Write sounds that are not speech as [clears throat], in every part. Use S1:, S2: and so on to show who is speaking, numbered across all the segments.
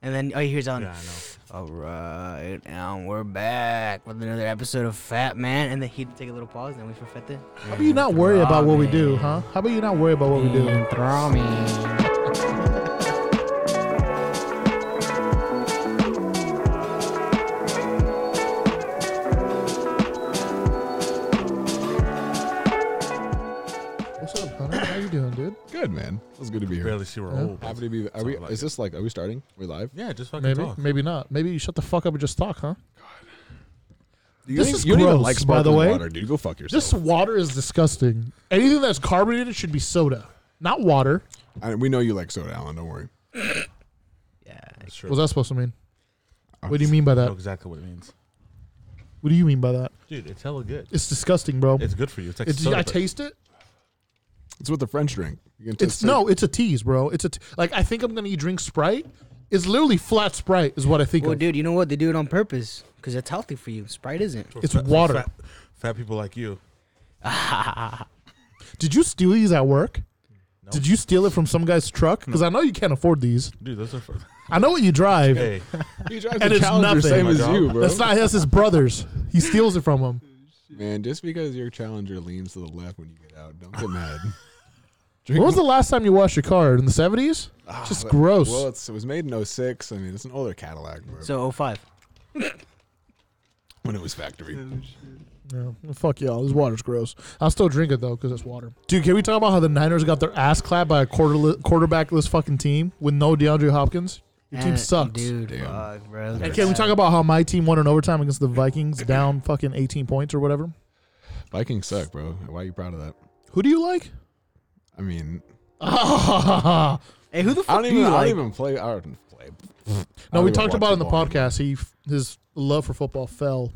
S1: And then all you hear is on.
S2: Yeah, I know.
S1: All right, and we're back with another episode of Fat Man. And then he'd take a little pause, and then wait for Fete.
S3: How about you not worry about what we do, huh? How about you not worry about what we do? What's up, Hunter? How you doing, dude?
S4: Good man. It's good to be here.
S2: Barely see we're
S3: Yeah.
S2: old.
S4: Happy to be. Are we?
S2: Something like
S4: is this like? Are we starting? we live?
S2: Yeah, just fucking
S3: Maybe,
S2: talk.
S3: maybe not. Maybe you shut the fuck up and just talk, huh?
S4: You
S3: This
S4: don't-
S3: is
S4: you don't even
S3: gross,
S4: like
S3: by the
S4: sparkling
S3: way.
S4: Water, dude. Go fuck yourself.
S3: This water is disgusting. Anything that's carbonated should be soda, not water.
S4: I, we know you like soda, Alan. Don't worry.
S1: Yeah.
S2: That's
S3: What
S2: true.
S3: was that supposed to mean?
S4: I
S3: What do you mean by
S2: I know
S3: that?
S2: exactly what it means,
S3: What do you mean by that?
S2: dude. It's hella good.
S3: It's disgusting, bro.
S2: It's good for you. It's like
S3: It's,
S2: soda,
S3: I
S2: but-
S3: taste it.
S4: It's what the French drink. You can
S3: It's
S4: taste it.
S3: no, it's a tease, bro. It's a t- like I think I'm gonna eat drink Sprite. It's literally flat Sprite is what I think.
S1: Well,
S3: of.
S1: dude, you know what? They do it on purpose because it's healthy for you. Sprite isn't.
S2: for
S3: it's
S2: fat- for
S3: water.
S2: Fat, fat people like you.
S3: Did you steal these at work?
S2: No.
S3: Did you steal it from some guy's truck? Because I know you can't afford these.
S2: Dude, those are. For,
S3: I know what you drive.
S2: hey,
S4: He drives
S3: and
S4: the
S3: it's
S4: Challenger,
S3: nothing.
S4: same
S2: My
S4: as
S2: dog.
S4: you, bro.
S3: That's not that's his brother's. He steals it from him.
S4: Man, just because your Challenger leans to the left when you get out, don't
S3: [laughs]
S4: get mad. [laughs]
S3: When was the last time you washed your car? In the seventies?
S4: Ah,
S3: Just
S4: but-
S3: gross.
S4: Well, it's, it was made in 06. I mean, it's an older Cadillac, bro.
S1: So oh, 05.
S4: when it was factory.
S3: [laughs] Yeah. Well, Fuck y'all. This water's gross. I'll still drink it though because it's water. Dude, can we talk about how the Niners got their ass clapped by a quarter quarterbackless fucking team with no DeAndre Hopkins? Your team
S1: And-
S3: sucks.
S1: Eh, Dude,
S4: Damn.
S1: fuck, bro.
S3: And can we talk about how my team won in overtime against the Vikings,
S4: [coughs]
S3: down fucking eighteen points or whatever?
S4: Vikings suck, bro. Why are you proud of that?
S3: Who do you like? [laughs]
S4: I mean,
S1: Hey, who the
S4: I
S1: fuck
S4: don't
S1: do
S4: even.
S1: you
S4: I don't
S1: like?
S4: even play. I don't play. I
S3: no,
S4: don't
S3: we
S4: even
S3: talked
S4: watch
S3: about it in the
S4: football anymore.
S3: podcast. He f- his love for football fell.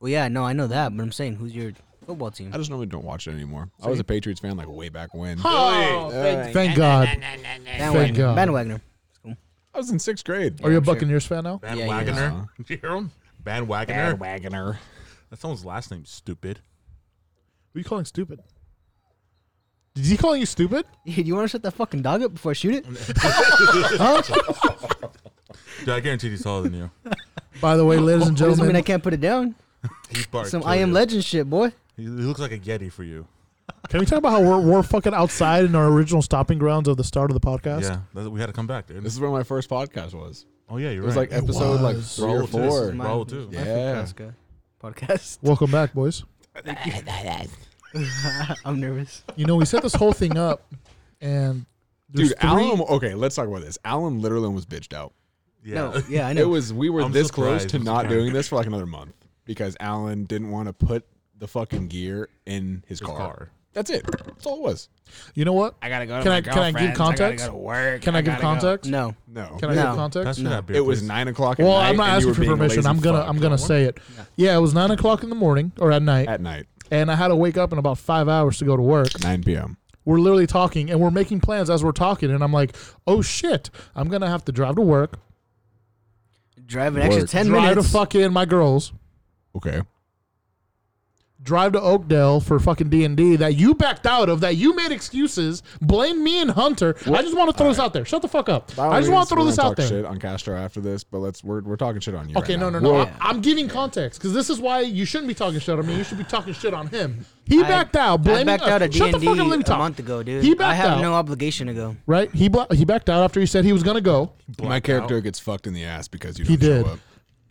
S1: Well, yeah, no, I know that, but I'm saying, who's your football team?
S4: I just normally don't watch it anymore. I was a Patriots fan like way back when.
S3: Oh, thank, thank God.
S1: Bandwagoner.
S3: God.
S1: Bandwagoner. [laughs]
S4: I was in sixth grade.
S3: Are you a
S1: I'm sure.
S3: Buccaneers fan now?
S1: Yeah, yeah.
S2: bandwagoner. Did [laughs] you hear him? Bandwagoner.
S4: Bandwagoner.
S2: That's someone's last name. Stupid.
S3: Who are you calling stupid? Did he call you stupid?
S1: Dude, you want to shut that fucking dog up before I shoot it?
S2: Dude, I guarantee he's taller than you.
S3: By the way, ladies and
S1: Doesn't mean I
S3: gentlemen,
S1: can't put it down.
S2: He's bark.
S1: Some
S2: kill
S1: I am
S2: you.
S1: legend shit, boy.
S2: He, he looks like a yeti for you.
S3: can we talk about how we're, we're fucking outside in our original stopping grounds of the start of the podcast?
S2: Yeah, that's, we had to come back, dude.
S4: This is where my first podcast was.
S2: oh yeah, you're
S4: It was
S2: right.
S4: like episode like
S3: was.
S4: three
S2: Roll
S4: or
S2: to this.
S4: four.
S2: My- Raul, too.
S1: my
S5: [laughs]
S4: Yeah.
S1: Nebraska Podcast.
S3: Welcome back, boys.
S1: I'm nervous.
S3: You know, we set this whole thing up, and there's
S4: Dude,
S3: three-
S4: Alan. Okay, let's talk about this. Alan literally was bitched out.
S2: yeah. [laughs]
S1: No, yeah, I know.
S4: It was. We were
S2: I'm
S4: this close
S2: surprised
S4: to
S2: it's
S4: not
S2: Alan.
S4: doing this for like another month because Alan didn't want to put the fucking gear in his, car.
S2: car.
S4: That's it. That's all it was.
S3: You know what?
S5: I gotta go. To
S3: Can
S5: my
S3: I- can I give
S5: girlfriend's. gotta
S3: context?
S5: go to work.
S3: Can I, give
S5: gotta go.
S3: context?
S1: no.
S4: No.
S3: Can I
S1: No.
S3: give context?
S2: Pass me that beer,
S4: it was
S2: please.
S4: nine o'clock. At
S3: Well,
S4: night,
S3: I'm not
S4: and you
S3: asking
S4: were
S3: for
S4: being
S3: permission.
S4: lazy
S3: I'm gonna
S4: fuck.
S3: I'm gonna say it. Yeah, it was nine o'clock in the morning or at night,
S4: at night,
S3: and I had to wake up in about five hours to go to work.
S4: nine p.m.
S3: We're literally talking and we're making plans as we're talking, and I'm like, oh shit, I'm gonna have to drive to work,
S1: Drive an extra
S4: Work.
S1: 10
S3: drive
S1: minutes.
S3: to fucking my girls,
S4: Okay.
S3: drive to Oakdale for fucking D and D that you backed out of, that you made excuses, blame me and Hunter. I just want to throw this out there. Shut the fuck up.
S4: By all
S3: I just want
S4: means,
S3: to throw
S4: we're
S3: this
S4: gonna
S3: out
S4: talk
S3: there.
S4: Shit on Castro after this, but let's we're, we're talking shit on you.
S3: Okay,
S4: right
S3: no, no,
S4: now.
S3: no.
S4: Well,
S3: I, I'm giving context because this is why you shouldn't be talking shit on me. You should be talking shit on him. He
S1: I-
S3: backed out.
S1: I
S3: Blaming,
S1: backed out
S3: uh,
S1: of
S3: Shut the
S1: D&D
S3: fuck up. Let me
S1: a
S3: talk.
S1: month ago, dude.
S3: He
S1: I
S3: backed
S1: have
S3: out.
S1: no obligation to go.
S3: Right? He bla- he backed out after he said he was gonna go.
S4: my character gets fucked in the ass because you
S3: He
S4: don't
S3: did.
S4: show up.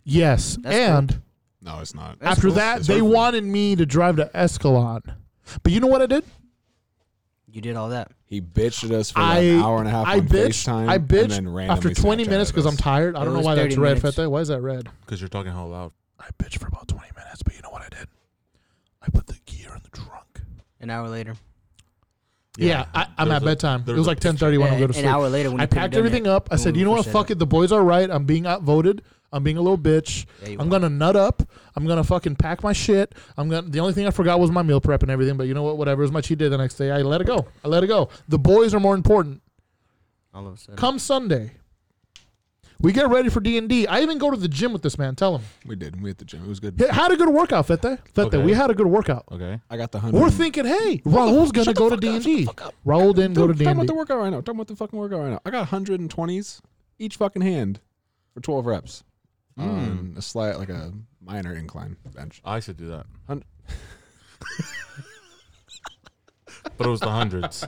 S3: Yes,
S1: That's
S3: and
S4: No, it's not.
S3: after
S4: It's-
S3: that
S4: it's
S3: they
S4: hurtful.
S3: wanted me to drive to Escalon, but you know what I did?
S1: You did all that.
S4: He bitched at us for
S3: I
S4: like an hour and a half
S3: I
S4: on
S3: bitched.
S4: FaceTime.
S3: I
S4: And then
S3: bitched
S4: randomly
S3: after 20
S4: Snapchatted
S3: minutes because I'm
S4: us.
S3: tired. I
S1: It
S3: don't know
S1: was
S3: why that's
S1: 30
S3: red,
S1: minutes.
S3: Fete. Why is that red?
S2: because you're talking hell loud.
S3: I bitched for about 20 minutes, but you know what I did? I put the gear in the trunk.
S1: An hour later.
S3: Yeah, I, I'm
S2: There's
S3: at
S2: a-
S3: bedtime. It
S2: there's
S3: was
S2: a
S3: like
S2: picture.
S3: 10:30 when I
S1: Yeah,
S3: go to
S1: an
S3: sleep.
S1: hour later when
S3: I
S1: you could've
S3: packed
S1: done
S3: everything
S1: it.
S3: up. I
S1: When
S3: said,
S1: we
S3: you know what?
S1: first said
S3: Fuck
S1: it.
S3: it. The boys are right. I'm being outvoted. I'm being a little bitch.
S1: Yeah, you
S3: I'm
S1: were.
S3: gonna nut up. I'm gonna fucking pack my shit. I'm gonna. The only thing I forgot was my meal prep and everything. But you know what? Whatever. As much he did the next day, I let it go. I let it go. The boys are more important.
S1: All of a sudden.
S3: Come Sunday, we get ready for D and I even go to the gym with this man. Tell him.
S4: We did. We at the gym. It was good.
S3: Hey, Had a good workout, Fete. Fete,
S2: Okay.
S3: we had a good workout.
S2: Okay.
S4: I got the hundred.
S3: We're thinking, hey, Raul's gonna go to D and D. Raul didn't go to
S4: Dude,
S3: D and
S4: Talking about the
S3: D.
S4: workout right now. Talking about the fucking workout right now. I got 120s each fucking hand. for 12 reps on
S2: Mm.
S4: a slight, like a minor incline bench.
S2: I should do that.
S4: Hun-
S2: [laughs] but it was
S3: [laughs]
S2: the hundreds.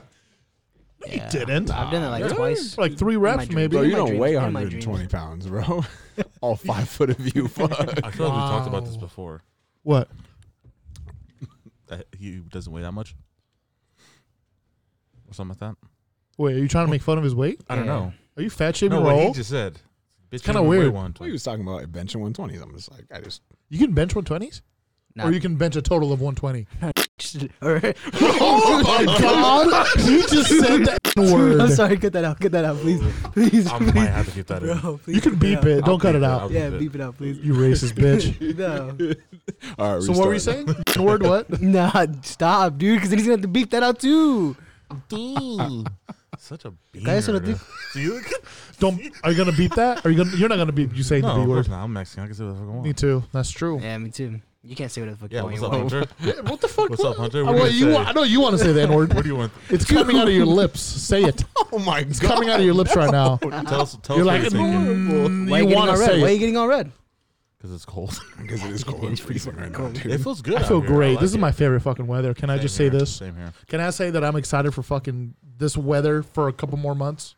S3: You didn't.
S1: I've done it like
S3: [laughs]
S4: Really?
S1: twice.
S3: Like three
S1: my
S3: reps,
S1: dreams.
S3: maybe.
S4: Bro,
S1: in
S4: you
S1: my
S4: don't
S1: dreams,
S4: weigh
S1: in my
S4: 120 pounds, bro. All five foot of you. Fuck.
S2: I feel like we talked about this
S3: Wow.
S2: before.
S3: What?
S2: That he doesn't weigh that much, or something like that.
S3: Wait, are you trying to make fun of his weight?
S2: I don't
S1: Yeah.
S2: know.
S3: Are you fat shaming
S2: No, what he
S3: roll?
S2: just said. It's
S3: kinda weird.
S4: Well, he was talking about benching 120s. I'm just like, I just.
S3: you can bench 120s?
S1: Nah.
S3: Or you can bench a total of 120.
S1: Or- [laughs]
S3: oh my god! You just said that
S1: I'm
S3: word.
S1: sorry, cut that out. Cut that out, please. Please.
S2: [laughs] I
S1: please.
S2: might have to keep
S3: [laughs]
S2: that in.
S1: Bro, please
S3: You can
S1: cut
S3: beep
S1: that out.
S3: it. Don't cut it
S2: I'll
S3: out.
S2: keep
S1: Yeah,
S2: it.
S1: beep it out,
S3: [laughs]
S1: please.
S3: You racist bitch.
S1: No.
S4: [laughs] All right,
S3: So what were you
S4: restart.
S3: saying? Word what?
S1: Nah, stop, dude, because then he's gonna have to beep that out too.
S2: [laughs] Such a
S1: Guys, so
S2: beaner.
S1: the-
S2: dude.
S3: [laughs]
S2: Do you?
S3: Don't. Are you gonna beat that? Are you gonna? You're not gonna beat. You saying the
S2: No, of
S3: B
S2: course
S3: word?
S2: not. I'm Mexican. I can say whatever I
S3: Me
S2: want.
S3: too. That's true.
S1: Yeah, me too. You can't say what the fuck
S2: Yeah,
S1: you want.
S2: what's
S1: you
S2: up,
S1: want.
S2: Hunter?
S3: [laughs] What the fuck?
S2: What's up, Hunter?
S3: I,
S2: What do
S3: well,
S2: you
S3: you
S2: say?
S3: want, I know you want to say the N word.
S2: What do you
S3: [laughs]
S2: want?
S3: It's coming out of your lips. Say it.
S4: Oh [laughs] my
S3: It's coming out of your lips right now.
S2: Tell us. Tell
S3: You're
S2: us
S3: like,
S2: what you're thinking.
S3: mm,
S1: Why are
S3: you
S1: you, getting
S3: want
S1: all
S3: to
S1: red?
S3: say
S1: Why are you
S3: it.
S1: getting all red?
S2: Because it's cold. [laughs]
S4: Because it is cold.
S1: It
S4: It's
S1: is pretty
S4: freezing right now,
S1: cold.
S4: dude.
S2: It feels good.
S3: I
S2: out
S3: feel
S2: here.
S3: great.
S2: like
S3: this is
S2: it.
S3: my favorite fucking weather. Can I
S2: Same
S3: just
S2: here.
S3: say this?
S2: Same here.
S3: Can I say that I'm excited for fucking this weather for a couple more months?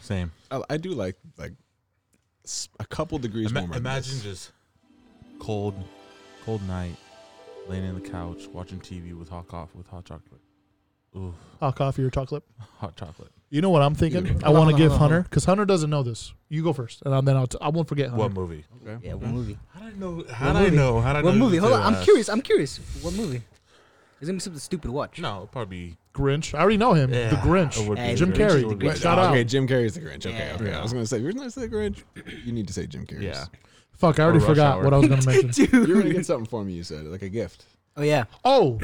S2: Same.
S4: I, I do like like s- a couple degrees
S2: Ima-
S4: warmer. than
S2: imagine
S4: this.
S2: just cold, cold night, laying in the couch, watching TV with hot coffee, with hot chocolate. Ooh,
S3: Hot coffee or chocolate?
S2: hot chocolate.
S3: You know what I'm
S4: Either.
S3: thinking?
S1: Hold on,
S3: I want
S2: [laughs]
S3: to
S1: hold on,
S3: give
S1: hold on,
S3: Hunter because Hunter doesn't know this. You go first, and then I'll t- I won't forget.
S2: What
S3: Hunter.
S2: movie?
S4: Okay.
S1: Yeah, what movie?
S2: How did I know? How
S1: What
S2: did I
S1: movie?
S2: know? How did I know?
S1: What
S2: you
S1: movie?
S2: did
S1: Hold on,
S2: that?
S1: I'm curious. I'm curious. What movie? There's gonna be something stupid to watch.
S2: No, it'll probably
S3: Grinch. I already know him.
S2: Yeah,
S3: the
S2: it
S3: Grinch.
S2: would
S1: Hey,
S2: be
S3: Jim
S2: the
S1: Grinch is
S3: Carrey.
S1: the
S3: Wait,
S1: Grinch.
S3: Shout out.
S4: Oh, Okay, Jim Carrey's the Grinch. Okay,
S1: Yeah.
S4: okay.
S2: Yeah.
S4: I was gonna say you're not say the Grinch. You need to say Jim Carrey's.
S2: Yeah.
S3: Fuck, I already
S2: Rush
S3: forgot
S2: Hour.
S3: what I was
S2: [laughs]
S3: gonna mention.
S4: You're
S3: [laughs]
S4: gonna
S1: Dude.
S4: get something for me. You said like a gift.
S1: Oh yeah.
S3: Oh,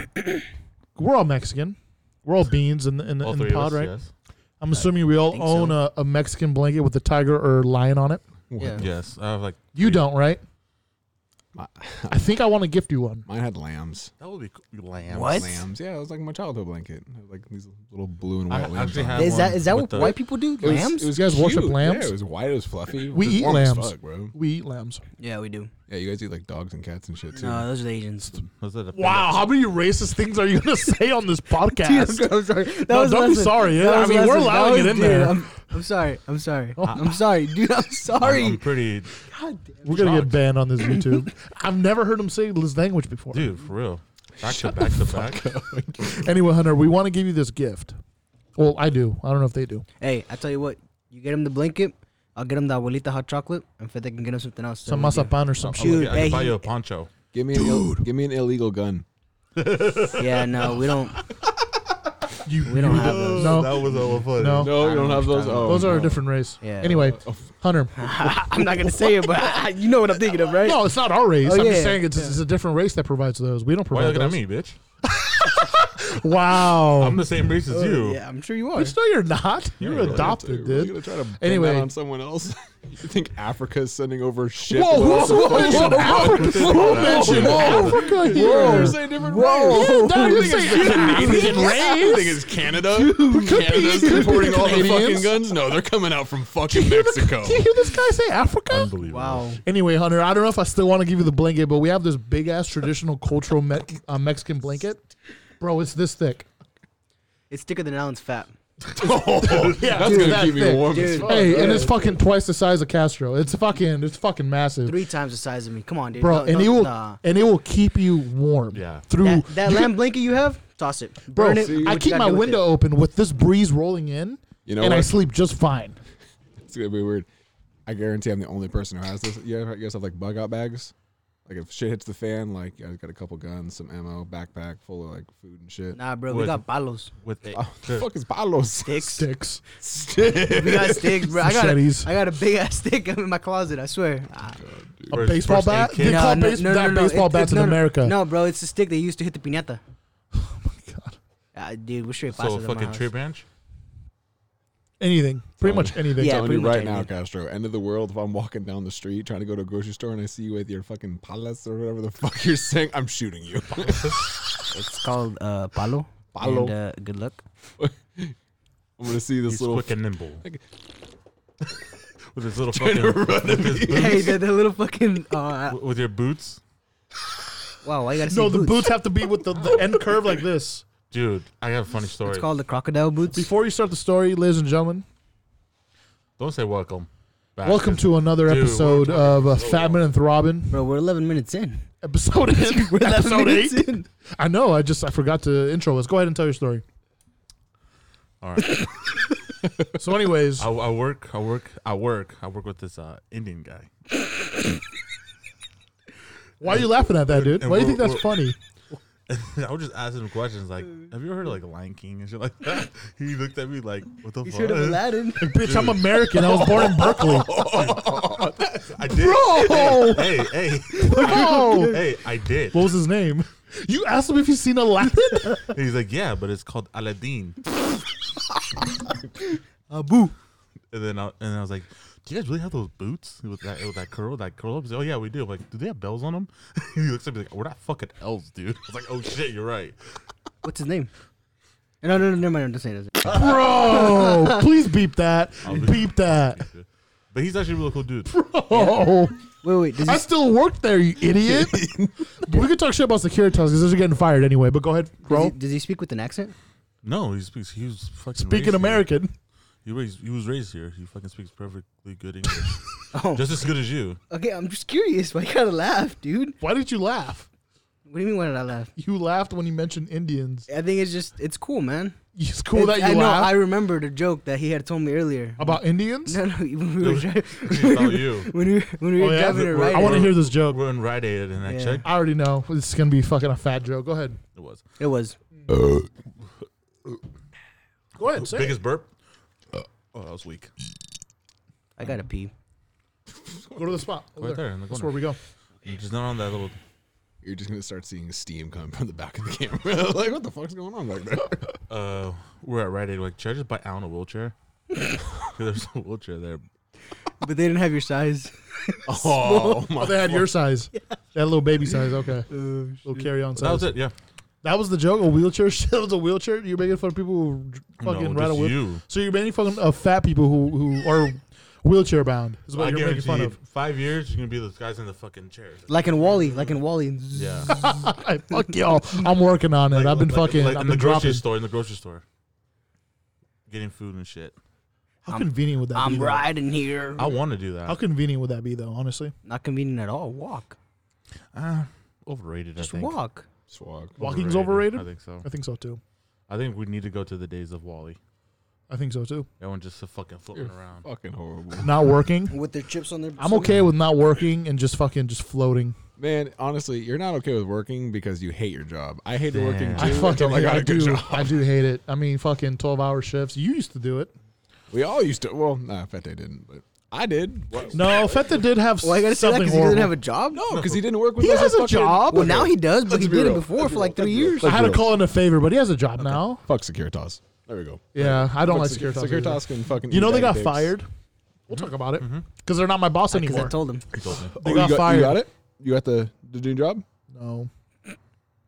S3: we're all Mexican. We're all beans in the in the,
S2: All
S3: in the
S2: three
S3: pod,
S2: of us,
S3: right? I'm assuming we all
S1: think
S3: own
S1: so.
S3: a, a Mexican blanket with a tiger or lion on it.
S4: What?
S1: Yeah.
S2: Yes. Yes. I have like
S3: You
S2: three.
S3: don't, right?
S4: My-
S3: I think I want to gift you one.
S4: Mine had lambs.
S2: That would be cool. lamb.
S1: What?
S4: Lambs. Yeah, it was like my childhood blanket. It had, like these little blue and
S2: I
S4: white lambs.
S2: actually
S4: on it.
S2: have
S1: Is that
S2: one
S1: is that
S2: with
S1: what
S2: the-
S1: white people do?
S4: It was-
S1: Lambs?
S4: It was
S3: You guys worship
S4: cute.
S3: lambs?
S4: Yeah, it was white. It was fluffy. It was
S3: We
S4: just
S3: eat
S4: warm as
S3: lambs.
S4: fuck, bro.
S3: We eat lambs.
S1: yeah, we do.
S4: Yeah, you guys eat like dogs and cats and shit too.
S1: No, those are the Asians. [laughs]
S2: Was it a
S3: Wow, how many racist things are you gonna say on this podcast?
S1: I'm sorry. That
S3: No,
S1: was
S3: don't
S1: last
S3: be
S1: one.
S3: sorry.
S1: That
S3: I
S1: was
S3: mean,
S1: last
S3: we're
S1: one. That
S3: allowing
S1: was-
S3: it in
S1: dude,
S3: there.
S1: I'm, I'm sorry. I'm sorry. I'm sorry, dude. I'm sorry.
S2: I'm, I'm pretty,
S1: God damn.
S3: We're gonna get banned on this YouTube. I've never heard him say this language before.
S2: dude, for real. Back to back
S1: [laughs]
S2: to back.
S3: Anyway, Hunter, we want to give you this gift. Well, I do. I don't know if they do.
S1: Hey, I tell you what. You get him the blanket. I'll get him the abuelita hot chocolate, and Fede can get him something else.
S3: Some
S1: That we do.
S3: masapan or some
S2: I'll
S3: shit.
S1: Dude,
S2: look at- I
S1: hey,
S2: can buy
S1: he-
S2: you a poncho.
S4: Give me an Ill, give me an illegal gun.
S1: Yeah, no, we don't. [laughs]
S3: You,
S1: We don't have those.
S3: No,
S2: That was all funny.
S3: No.
S4: No, you don't have those.
S1: Oh,
S3: those are a
S4: no.
S3: different race.
S1: Yeah.
S3: Anyway, Hunter.
S1: I'm not gonna say it, but [laughs] you know what I'm thinking of, right?
S3: No, it's not our race.
S1: Oh,
S3: I'm
S1: yeah,
S3: just saying it's, it's a different race that provides those. We don't
S2: Why are you
S3: provide
S2: looking
S3: those.
S2: at me, bitch?
S3: Wow.
S2: I'm the same race as you.
S1: Oh, Yeah, I'm sure you are.
S3: Bitch, no, you're not. You're
S2: really
S3: [laughs] adopted,
S4: You're
S3: dude.
S4: gonna try to blame
S3: Anyway.
S4: that on someone else. [laughs] you think Africa's sending over shit?
S3: Whoa, whoa,
S4: What the
S3: whoa,
S4: [laughs] fuck?
S3: whoa, Africa. Who mentioned Africa
S4: You're
S3: here?
S4: saying different
S1: Whoa.
S4: race.
S3: Yeah, now
S4: You
S3: you're
S4: think it's
S3: saying
S4: Canadian race? You think it's Canada? Canada's importing all the
S3: Canadians.
S4: fucking guns? No, they're coming out from fucking Mexico.
S3: Did you hear this guy say Africa?
S2: Unbelievable.
S1: Wow.
S3: Anyway, Hunter, I don't know if I still want to give you the blanket, but we have this big ass traditional cultural me- uh, Mexican blanket. Bro, it's this thick.
S1: It's thicker than Alan's fat.
S3: [laughs] Yeah,
S4: That's gonna keep me warm as
S1: Dude.
S4: fuck.
S3: Hey, and it's fucking twice the size of Castro. It's fucking, it's fucking massive,
S1: Three times the size of me. Come on, dude.
S3: bro.
S1: No,
S3: and
S1: no,
S3: it will,
S1: nah.
S3: and it will keep you warm.
S2: Yeah.
S3: Through
S1: That, that
S3: you-
S1: lamb blanket you have, toss it.
S3: [laughs] bro.
S1: Burn it. do what
S3: I
S1: you
S3: keep
S1: gotta
S3: my
S1: do with
S3: window open with this breeze rolling in,
S4: You know
S3: and I
S4: what?
S3: sleep just fine.
S4: It's gonna be weird. I guarantee I'm the only person who has this. You ever- you guys have like bug out bags? Like if shit hits the fan, like I got a couple guns, some ammo, backpack full of like food and shit.
S1: it. Nah, bro, we
S2: With-
S1: got palos.
S2: With a,
S4: Oh, the fuck is palos? [laughs]
S1: Sticks.
S3: Sticks.
S1: we got sticks, bro. I got, a,
S3: Machetes.
S1: I got a big ass stick in my closet, I swear. Ah.
S3: A baseball bat. They
S1: No,
S3: call
S1: no,
S3: base-
S1: no, no,
S3: that
S1: no,
S3: baseball
S1: it-
S3: bats
S1: it-
S3: in
S1: no, no,
S3: America.
S1: No, bro, it's the stick they used to hit the piñata.
S3: God.
S1: Ah, dude, we're straight
S2: So
S1: pastas
S2: a
S1: in my
S2: fucking
S1: house.
S2: tree branch.
S3: Anything. Pretty
S4: Oh.
S3: much anything.
S1: Yeah.
S4: telling
S1: pretty
S4: you
S1: much
S4: right
S1: anything.
S4: now, Castro, end of the world. If I'm walking down the street trying to go to a grocery store and I see you with your fucking palas or whatever the fuck you're saying, I'm shooting you.
S1: It's called uh, palo.
S4: Palo.
S1: And, uh, good luck.
S4: I'm gonna see this [laughs]
S2: He's
S4: little.
S2: quick and nimble. with his little
S4: Trying
S2: fucking
S4: to run
S2: with, his
S4: him.
S2: boot-
S1: hey, the, the little fucking. Oh, I-
S2: with- with your boots,
S1: wow, why you gotta say
S3: No, the boots have to be with the, the end curve like this.
S2: dude. I got a funny story.
S1: It's called the crocodile boots.
S3: Before you start the story, ladies and gentlemen,
S2: Don't say welcome. back,
S3: welcome
S2: 'cause
S3: to another
S2: Ah, Dude, we're
S3: episode
S2: talking-
S3: of uh, Fat Man and Throbbing.
S1: Bro, we're 11 minutes in.
S3: Episode eight.
S1: We're 11
S3: episode
S1: minutes
S3: eight.
S1: in.
S3: I know. I just I forgot to intro. Let's go ahead and tell your story.
S2: All right.
S3: So, anyways,
S2: [laughs] I, I work. I work. I work. I work with this uh, Indian guy. [laughs]
S3: why are you laughing at that, dude?
S2: and
S3: Why do you
S2: we're-
S3: think that's
S2: we're-
S3: funny?
S2: I would just ask him questions like, "Have you ever heard of like Lion King and shit like that?" [laughs] He looked at me like, "What the
S1: You
S2: fuck?"
S1: should have Aladdin.
S3: Bitch, I'm American. I was born in Berkeley.
S2: I did. [laughs]
S3: Bro!
S2: Hey, hey,
S3: Bro!
S2: hey! I did.
S3: What was his name? [laughs] You asked him if he's seen Aladdin.
S2: He's like, "Yeah, but it's called Aladdin."
S1: Abu.
S2: And then I, and I was like, "Do you guys really have those boots with that with that curl that curl up?" He's like, "Oh yeah, we do." I'm like, "Do they have bells on them?" [laughs] he looks at me like, "We're not fucking elves, dude." I was like, "Oh shit, you're right."
S1: What's his name? No, no, no, never mind. I'm just saying it.
S3: Bro, please beep that. Beep that.
S2: But he's actually a really cool dude.
S3: Oh,
S1: Wait, wait. Does
S3: I
S1: he,
S3: still work there, you
S2: [laughs]
S3: idiot. we could talk shit about Securitas because those are getting fired anyway. But go ahead,
S1: does, he,
S3: bro.
S1: does he speak with an accent?
S2: No, he speaks. He was fucking raised
S3: Speaking
S2: here.
S3: American,
S2: He was he was raised here. He fucking speaks perfectly good English, [laughs]
S1: Oh,
S2: just as good as you.
S1: [laughs] okay. I'm just curious. Why you gotta laugh, dude?
S3: why did you laugh?
S1: What do you mean? Why did I laugh?
S3: You laughed when you mentioned Indians.
S1: I think it's just it's cool, man.
S3: It's cool
S1: It's-
S3: that you
S1: I know. I
S3: laughed
S1: remembered a joke that he had told me earlier.
S3: about
S1: [laughs]
S3: Indians.
S1: No, no. When we were, dri-
S2: It's all you.
S1: [laughs]
S2: [laughs]
S1: when we, when we
S3: Oh,
S1: were
S3: yeah?
S1: driving it
S2: We're-
S1: right,
S3: I want to
S2: We're-
S3: hear this joke.
S2: We're in Rite Aid, and I
S1: Yeah.
S2: checked.
S3: I already know it's gonna be fucking a fat joke. Go ahead.
S2: It was
S1: it was.
S3: Go ahead. Say
S2: biggest burp. Oh, that was weak.
S1: I gotta pee.
S3: it. Go to the spot. Over
S2: Right
S3: there.
S2: there in the
S3: That's where
S2: corner.
S3: we go.
S2: Just not on that little.
S4: You're just gonna start seeing steam coming from the back of the camera. [laughs] like, what the fuck's going on back there?
S2: Uh, we're at Rite Aid. Like, should I just buy Alan a wheelchair?
S3: [laughs]
S2: [laughs] 'Cause There's a wheelchair there.
S1: But they didn't have your size.
S4: Oh
S3: Oh,
S4: [laughs] my!
S3: they had your size. That little baby size. Okay.
S1: Uh,
S3: Little carry on size.
S2: Oh, That was it. Yeah.
S3: That was the joke. A wheelchair. [laughs] Shit, it was a wheelchair. You're making fun of people who fucking
S2: no,
S3: ride a
S2: just
S3: wheelchair.
S2: you.
S3: So you're making fun of fat people who who are wheelchair bound. Is what
S2: I
S3: you're making
S2: guarantee
S3: fun
S2: you,
S3: of.
S2: five years, you're gonna be those guys in the
S3: [laughs]
S2: fucking chairs.
S1: like in Wally, like in Wally.
S2: Yeah.
S3: I, fuck y'all. I'm working on it.
S2: Like-
S3: I've been
S2: like-
S3: fucking.
S2: like
S3: I've
S2: in
S3: been
S2: the grocery
S3: dropping.
S2: store. In the grocery store. Getting food and shit.
S3: How
S1: I'm-
S3: convenient would that be?
S1: I'm
S3: though?
S1: riding here.
S2: I want to do
S3: How
S2: that.
S3: convenient would that be though? Honestly,
S1: Not convenient at all. Walk.
S2: Uh, overrated.
S1: Just
S2: I think.
S1: walk.
S4: Swag.
S3: Walking's overrated?
S2: I think so.
S3: I think so too.
S2: I think we need to go to the days of Wally.
S3: I think so too.
S2: Everyone just a fucking floating
S4: You're
S2: around.
S4: Fucking horrible,
S3: Not working.
S1: With their chips on their.
S3: I'm okay with not working and just fucking just floating.
S4: man. Honestly, you're not okay with working because you hate your job. I hated
S2: Damn.
S4: working too.
S3: I fucking
S4: until I
S3: hate,
S4: got
S3: I
S4: a good
S3: do.
S4: job.
S3: I do hate it. I mean, fucking twelve hour shifts. You used to do it.
S4: We all used to. Well, nah, I bet they didn't, but I did. What?
S2: [laughs]
S3: No, Feta did have
S1: Well, I gotta say that
S3: something
S1: because he didn't have
S3: horrible.
S1: a job.
S4: No, because he didn't work with
S3: He
S4: us.
S3: has
S4: as
S3: a
S4: fucking-
S3: job.
S1: Well, now he does, but
S4: Let's
S1: he
S4: be
S1: didn't
S4: real.
S1: before
S4: Let's
S1: for
S4: be
S1: like
S4: real.
S1: three
S4: Let's be
S1: years.
S4: real.
S3: I had to
S4: Good.
S3: call in a favor, but he has a job now.
S4: Fuck Securitas. There we go.
S3: Yeah, I don't like
S4: Secur-
S3: Securitas. either.
S4: Securitas can fucking.
S3: You know
S4: eat
S3: they
S4: guy
S3: got
S4: dicks.
S3: fired. We'll talk about it because they're not my boss
S1: Because I
S3: anymore.
S1: told him.
S2: He told me.
S3: They
S4: oh,
S3: got
S4: you got,
S3: fired.
S4: you got it. You got the the new job.
S3: No,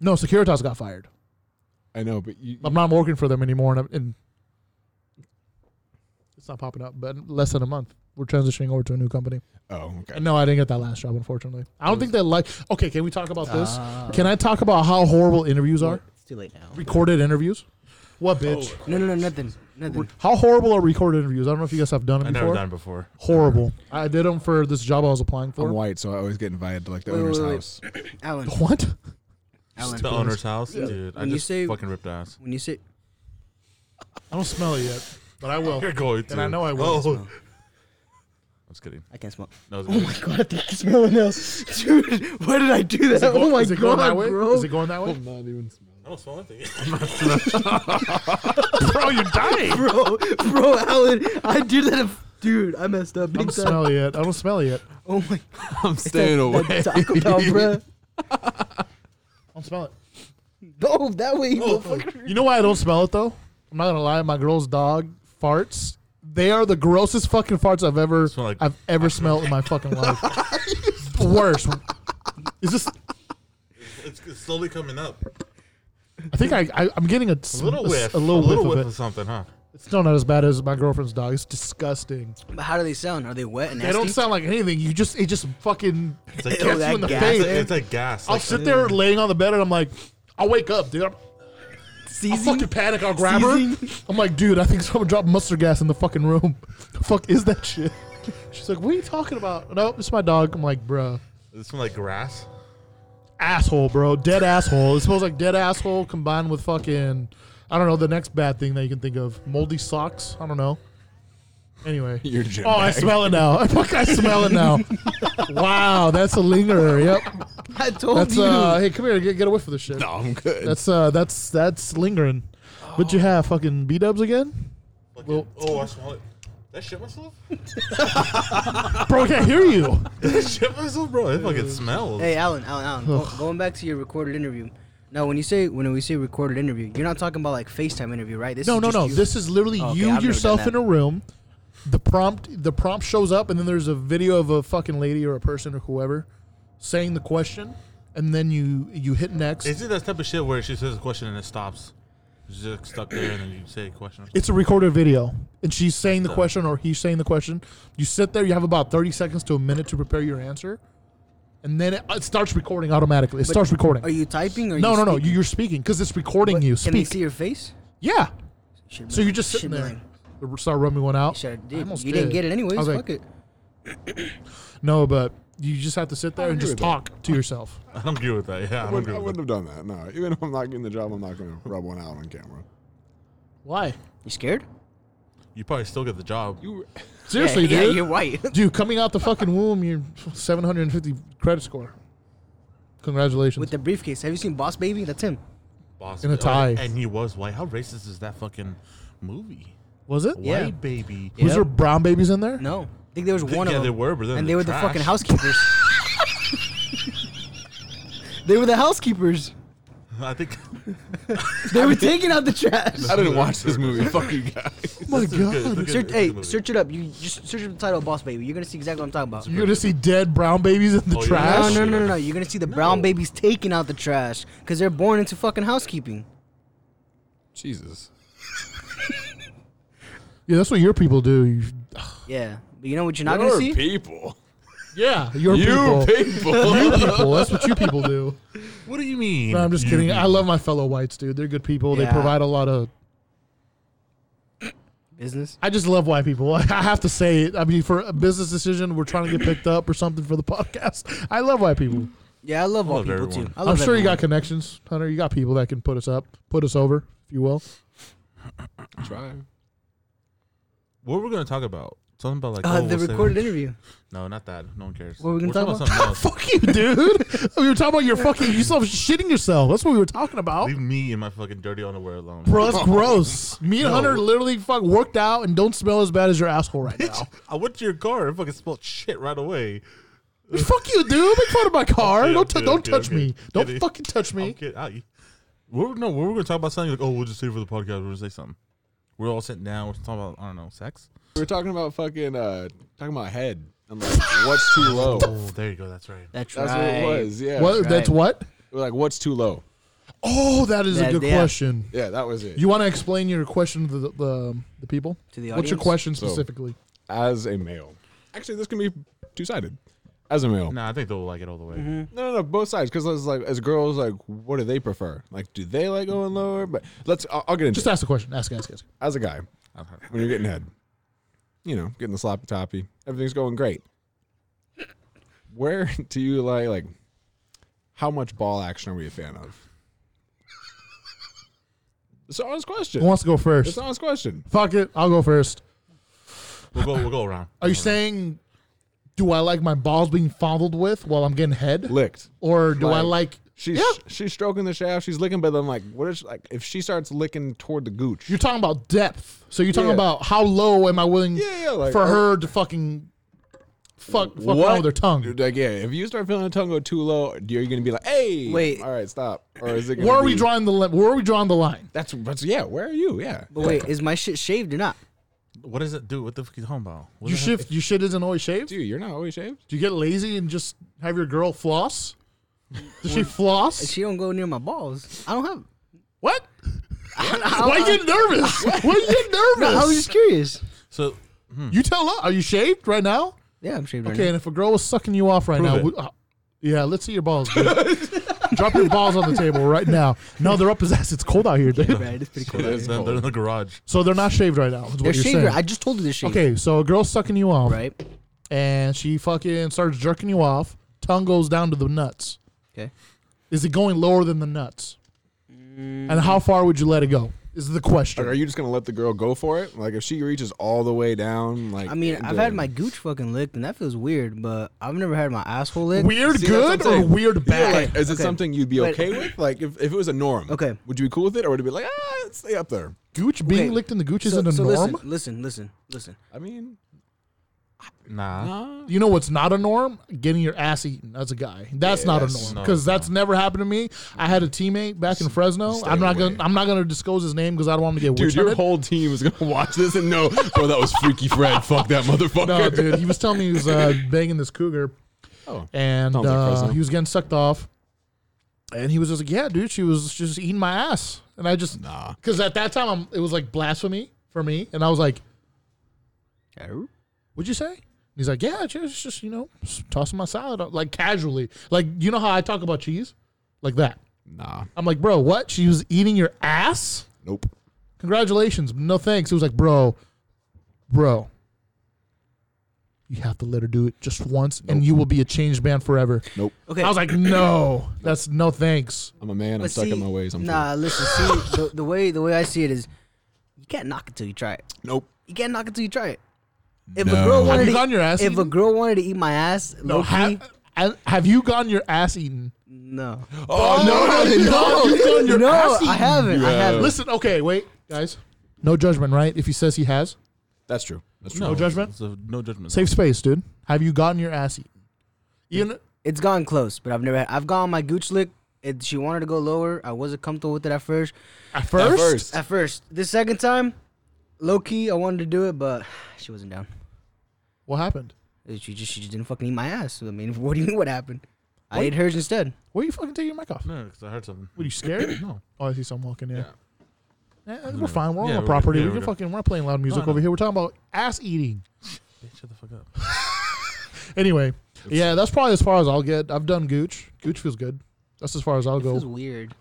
S3: no, Securitas got fired.
S4: I know, but you,
S3: I'm not working for them anymore, and, I'm, and it's not popping up. But in less than a month, we're transitioning over to a new company.
S4: oh, okay.
S3: And no, I didn't get that last job, unfortunately. I don't think they like. Okay, can we talk about this?
S2: Ah.
S3: Can I talk about how horrible interviews are?
S1: It's too late now.
S3: Recorded interviews. What bitch?
S2: Oh.
S1: No, no, no, nothing, nothing.
S3: How horrible are recorded interviews? I don't know if you guys have done
S2: I
S3: it
S2: never
S3: before.
S2: done it before.
S3: Horrible. I did them for this job I was applying
S4: I'm
S3: for.
S4: white, so I always get invited to like the
S1: Wait,
S4: owner's
S1: wait, wait.
S4: house.
S1: Alan,
S3: What?
S1: Alan.
S2: The owner's house, dude. I
S1: When you
S2: just
S1: say-
S2: fucking ripped ass.
S1: When you say
S3: I don't smell it yet, but I will.
S2: You're going to.
S3: And I know I will.
S2: Oh. I'm just kidding.
S1: I can't smoke.
S2: No, it's
S3: [laughs]
S1: Oh my god, I think I smell an else. Dude, why did I do that? oh my
S3: is it going
S1: god,
S3: that way?
S1: bro.
S3: Is it going
S2: Oh,
S3: that way?
S4: [laughs] I'm not even
S2: I don't smell anything.
S3: Bro, you're dying.
S1: bro, bro, Alan, I did that. if- Dude, I messed up
S3: I
S1: big
S3: don't
S1: time.
S3: smell it yet. I don't smell it yet. I
S1: Oh my
S4: I'm staying away.
S1: god, [laughs] Taco
S4: [laughs]
S1: Bell, bro.
S3: don't smell it.
S1: No, that way you motherfucker.
S3: You know why I don't smell it though? I'm not gonna lie. My girl's dog farts. They are the grossest fucking farts I've ever
S2: Smell like-
S3: I've ever smelled in my fucking
S2: [laughs]
S3: life. Worse. Is this?
S2: it's, it's slowly coming up.
S3: I think I, I I'm getting a,
S2: A little whiff.
S3: a little whiff, of
S2: of something, huh?
S3: it. It's still not as bad as my girlfriend's dog. It's disgusting.
S1: But how do they sound? Are they wet and
S3: They
S1: nasty?
S3: don't sound like anything. You just it just fucking
S2: It's
S3: [laughs]
S2: like,
S3: hits
S1: Ew,
S3: you
S1: that
S3: in the
S1: gas.
S3: face.
S2: it's, it's like gas.
S3: I'll
S2: Like,
S3: sit there laying on the bed and I'm like, I'll wake up, dude. I'm, I'll
S1: Seasoning?
S3: fucking panic. I'll grab
S1: Seizing?
S3: her. I'm like, dude, I think someone dropped mustard gas in the fucking room. [laughs] The fuck is that shit? She's like, what are you talking about? No, it's my dog. I'm like, bruh.
S2: This one like grass.
S3: asshole, bro. Dead asshole. It smells like dead asshole combined with fucking, I don't know, the next bad thing that you can think of. Moldy socks. I don't know.
S4: [laughs]
S3: Anyway.
S4: Your gym
S3: Oh, I
S4: bag.
S3: smell it now. I fuck, I smell it now. wow, that's a lingerer. Yep.
S1: [laughs] I told
S3: That's
S1: you.
S3: uh. Hey, come here. Get, get away from this shit.
S4: No, I'm good.
S3: That's uh. That's that's lingering. What you have? Fucking B dubs again?
S2: Fucking-
S3: Well-
S2: oh, I smell it. Did I shit [laughs] myself? Did
S3: Bro, I can't
S1: [laughs]
S3: hear you.
S2: I shit myself, bro? It fucking smells.
S1: Hey, Alan, Alan, Alan. go- going back to your recorded interview. Now, when you say when we say recorded interview, you're not talking about like FaceTime interview, right? This
S3: No,
S1: is
S3: no,
S1: just
S3: no.
S1: you.
S3: This is literally
S1: Oh, okay, I've
S3: you
S1: never done
S3: yourself
S1: that.
S3: in a room. The prompt, the prompt shows up, and then there's a video of a fucking lady or a person or whoever saying the question, and then you you hit next.
S2: Is it that type of shit where she says a question and it stops? She's just stuck there and then you say a question. or something?
S3: It's a recorded video, and she's saying
S1: Oh.
S3: the question or he's saying the question. You sit there. You have about thirty seconds to a minute to prepare your answer, and then it, it starts recording automatically. It starts recording.
S1: Are you typing or
S3: no,
S1: you
S3: no, no.
S1: speaking?
S3: You, you're speaking because it's recording
S1: But
S3: you.
S1: Can they
S3: Speak.
S1: see your face?
S3: yeah.
S1: Should've
S3: So
S1: been
S3: you're
S1: like-
S3: just sitting
S1: should've been
S3: there. Start rubbing one out.
S1: like, shoulda
S3: I
S1: did.
S3: almost
S1: You didn't
S3: did.
S1: get it
S3: I
S1: anyways.
S3: was like,
S1: Fuck it.
S3: No, but you just have to sit there and
S4: agree
S3: just
S4: with that.
S3: talk to yourself.
S2: I don't agree with that. Yeah,
S4: I
S2: I don't
S4: wouldn't,
S2: agree
S4: I
S2: with
S4: wouldn't
S2: that.
S4: have done that. No, even if I'm not getting the job, I'm not going to rub one out on camera.
S3: Why?
S1: You scared?
S2: You probably still get the job.
S4: You, [laughs]
S3: Seriously,
S1: yeah, [laughs] Yeah,
S3: dude.
S1: you're white.
S3: dude, coming out the fucking womb, you're 750 credit score. Congratulations.
S1: With the briefcase. Have you seen Boss Baby? That's him.
S2: Boss Oh,
S3: In a tie.
S2: and he was white. How racist is that fucking movie?
S3: was it?
S1: Yeah.
S2: White baby.
S3: Was there
S1: Yep.
S3: brown babies in there?
S1: No. I think there was one
S2: yeah,
S1: of them.
S2: there were, but then
S1: and
S2: the
S1: they were
S2: trash.
S1: the fucking
S2: [laughs]
S1: housekeepers. they were the housekeepers.
S2: [laughs] I think
S3: Oh
S1: They were taking out the
S2: [laughs]
S1: trash.
S4: I didn't watch this movie. Fuck you guys.
S3: Oh my
S2: This is good. It's a
S3: god.
S1: Search,
S2: good- it's a
S1: hey,
S2: good movie.
S1: search it up. You just search up the title, Boss Baby. You're gonna see exactly what I'm talking about.
S3: You're gonna see dead brown babies in the
S2: Oh,
S1: No,
S2: yeah.
S3: trash?
S1: no, no, no, no. You're gonna see the brown babies taking out the trash because they're born into fucking housekeeping.
S4: [laughs] Jesus.
S3: Yeah, that's what your people do. You,
S1: Yeah, but you know what you're not
S4: Your
S1: gonna see?
S4: people.
S3: yeah, your
S4: You
S3: people.
S4: people. [laughs]
S3: you people. That's what you people do.
S2: What do you mean?
S3: No, I'm just
S2: You-
S3: kidding. I love my fellow whites, dude. They're good people. They
S1: Yeah.
S3: provide a lot of
S1: Business.
S3: I just love white people. [laughs] I have to say it. I mean, for a business decision, we're trying to get picked up or something for the [laughs] podcast. I love white people.
S1: Yeah, I love all
S2: love
S1: people
S2: everyone.
S1: too. I
S3: I'm
S1: love
S3: sure you
S1: everyone.
S3: got connections, Hunter. You got people that can put us up, put us over, if you will.
S4: Try.
S2: What we're gonna talk about? Something about like
S1: Uh,
S2: oh,
S1: the
S2: we'll say-
S1: recorded interview.
S2: No, not that. No one cares.
S1: What were we gonna
S2: We're
S1: talk
S2: talking about? something
S3: [laughs]
S2: else.
S3: Fuck you, dude. we were talking about your fucking yourself shitting yourself. That's what we were talking about.
S2: Leave me in my fucking dirty underwear alone.
S3: Bro,
S2: [laughs]
S3: that's gross. Me and
S2: No.
S3: Hunter literally fuck worked out and don't smell as bad as your asshole right now.
S2: Bitch, I went to your car and fucking spilled shit right away.
S3: [laughs] fuck you, dude. Make fun of my car.
S2: Okay,
S3: don't t-
S2: okay,
S3: don't
S2: okay,
S3: touch
S2: okay.
S3: me. Don't
S2: Kidding.
S3: fucking touch
S2: I'm
S3: me.
S2: kidding. I- We're no, we're gonna talk about something like oh, we'll just save it for the podcast. We'll just say something. We're all sitting down. We're talking about I don't know sex.
S4: We were talking about fucking, uh, talking about head. I'm like, what's too low?
S2: Oh, there you go. That's right.
S1: That's,
S4: [laughs] That's
S1: right.
S4: what it was. Yeah.
S3: What?
S1: That's
S3: That's
S1: right.
S3: what?
S4: We're like, what's too low?
S3: Oh, that is
S1: Yeah,
S3: a good
S1: yeah.
S3: question.
S4: Yeah, that was it.
S3: You want to explain your question to the the, um, the people?
S1: To the
S3: What's your
S1: audience?
S3: question
S4: So-
S3: specifically?
S4: As a male. Actually, this can be two sided. As a male.
S2: Nah, I think they'll like it all the way.
S4: No, no, no, both sides. Because like, as girls, like, what do they prefer? Like, do they like going lower? But let's. I'll, I'll get into
S3: Just ask the question. Ask, ask, ask.
S4: it. As a guy,
S2: Okay.
S4: when you're getting head, you know, getting the sloppy toppy, everything's going great. Where [laughs] do you like like? How much ball action are we a fan of? It's an honest question.
S3: Who wants to go
S4: It's
S3: first?
S4: an honest question.
S3: Fuck it. I'll go first.
S2: We'll go. We'll go around.
S3: Are you saying, do I like my balls being fondled with while I'm getting head,
S4: Licked.
S3: or do I
S4: Like,
S3: like?
S4: She's
S3: Yeah.
S4: she's stroking the shaft. She's licking, but then like, what is like if she starts licking toward the gooch?
S3: You're talking about depth. So you're talking
S4: Yeah.
S3: about how low am I willing
S4: Yeah, yeah, like,
S3: for
S4: uh,
S3: her to fucking fuck, fuck around with her tongue?
S4: Like, yeah, if you start feeling the tongue go too low, you're gonna be like, "Hey,
S1: Wait.
S4: all right, stop." Or is it? Gonna
S3: Where are we
S4: be-
S3: drawing the line? Where are we drawing the line?
S4: That's that's yeah. Where are you? Yeah.
S1: But wait, is my shit shaved or not?
S2: What does it do? What the fuck you talking about? What
S3: You
S2: the heck-
S3: shift. Your shit isn't always shaved.
S4: dude, you're not always shaved.
S3: Do you get lazy and just have your girl
S4: [laughs]
S3: floss? Does she floss?
S1: She don't go near my balls. I don't have.
S3: What? Why you getting nervous? Why you getting
S1: No,
S3: nervous?
S1: I was just curious.
S2: So hmm,
S3: you tell us. Are you shaved right now?
S1: Yeah, I'm shaved right
S3: Okay,
S1: now.
S3: and if a girl was sucking you off right
S2: Prove
S3: now,
S2: it.
S3: would- uh, yeah, let's see your balls, dude. [laughs] Drop your balls on the table right now. No, they're up his ass. It's cold out here, dude.
S1: [laughs] Right, it's pretty cool.
S2: they're,
S1: They're
S2: they're in the garage.
S3: So they're not shaved right now. Is what you're
S1: shaved.
S3: saying.
S1: right- I just told you they're shaved.
S3: okay, so a girl's sucking you off,
S1: Right.
S3: and she fucking starts jerking you off. Tongue goes down to the nuts.
S1: Okay.
S3: Is it going lower than the nuts? And how far would you let it go? Is the
S4: Like,
S3: question.
S4: are you just gonna let the girl go for it? Like, if she reaches all the way down, like
S1: I mean, I've
S4: into-
S1: had my gooch fucking licked, and that feels weird. But I've never had my asshole licked.
S3: weird
S4: See, that's what I'm
S3: good or
S4: saying.
S3: weird
S4: Yeah,
S3: bad?
S4: like, is it
S1: okay.
S4: something you'd be
S1: But-
S4: okay with? Like, if, if it was a norm,
S1: Okay.
S4: would you be cool with it, or would it be like, ah, stay up there?
S3: Gooch being
S1: Okay.
S3: licked in the gooch
S1: So-
S3: isn't a
S1: so
S3: norm.
S1: Listen, listen, listen, listen.
S4: I mean,
S2: Nah.
S4: nah.
S3: You know what's not a norm? Getting your ass eaten as a guy. That's not a
S4: Yes.
S3: norm
S2: No,
S3: because
S2: no.
S3: that's never happened to me. I had a teammate back in Fresno.
S4: stay
S3: I'm not
S4: away.
S3: gonna. I'm not gonna disclose his name because I don't want him to get
S4: Dude,
S3: witch
S4: your
S3: hunted.
S4: whole team is gonna watch this and know, bro, that was Freaky Fred. Fuck [laughs] that motherfucker.
S1: [laughs]
S3: no, dude. He was telling me he was
S4: [laughs]
S3: uh, banging this cougar,
S4: Oh,
S3: and
S4: Sounds like
S3: uh,
S4: Fresno.
S3: he was getting sucked off. And he was just like, "Yeah, dude, she was just eating my ass," and I just
S4: nah.
S3: because at that time I'm, it was like blasphemy for me, and I was like, "What'd you say?" And he's like, "Yeah, just just you know, just tossing my salad out," like casually, like you know how I talk about cheese, like that.
S4: Nah.
S3: I'm like, bro, what? She was eating your ass?
S4: Nope.
S3: Congratulations. No thanks. It was like, bro, bro, you have to let her do it just once and you will be a changed man forever.
S4: Nope.
S1: Okay.
S3: I was like, no, that's no thanks.
S4: I'm a man. I'm
S1: But
S4: stuck in
S1: see-
S4: my ways. I'm
S1: nah, listen. See, the, the way the way I see it is, you can't knock it till you try it.
S4: cool. Nope.
S1: You can't knock it till you try it. If
S4: No.
S1: a girl
S4: Have
S1: wanted
S3: you
S1: to,
S3: gotten your ass
S1: if a
S3: eaten?
S1: girl wanted to eat my ass,
S3: No,
S1: no,
S3: ha- I- have you gotten your ass eaten?
S1: no,
S4: Oh, no, no, no.
S3: you've gotten your
S1: no,
S3: ass eaten.
S1: I haven't. I
S4: Yeah.
S1: haven't.
S3: Oh, Listen, okay, wait, guys. No judgment, right? If he says he has,
S4: That's true. That's true.
S3: No judgment?
S2: it's a- no judgment.
S3: safe space, dude. Have you gotten your ass eaten? Even
S1: It's gone close, but I've never. Had, I've gone my gooch lick. It, she wanted to go lower. I wasn't comfortable with it at first.
S3: at
S4: At
S3: first,
S4: first.
S1: At first, this second time, low key, I wanted to do it, but [sighs] she wasn't down.
S3: what happened?
S1: She just she just didn't fucking eat my ass. So, I mean, [laughs] what do you mean? What happened? I ate hers instead.
S3: Where you fucking taking your mic off?
S2: No, because I heard something.
S3: What are you
S2: [coughs]
S3: scared?
S2: No.
S3: Oh, I see someone walking in.
S4: Yeah.
S3: Eh, we're fine. We're on
S2: Yeah, we're
S3: a
S2: good.
S3: property.
S2: Yeah,
S3: we
S2: we're
S3: can
S2: good.
S3: fucking. We're not playing loud music
S2: no.
S3: over here. We're talking about ass eating.
S2: Bitch, shut the fuck up.
S3: Anyway, yeah, that's probably as far as I'll get. I've done gooch. Gooch feels good. That's as far as I'll
S1: It
S3: go.
S1: feels weird,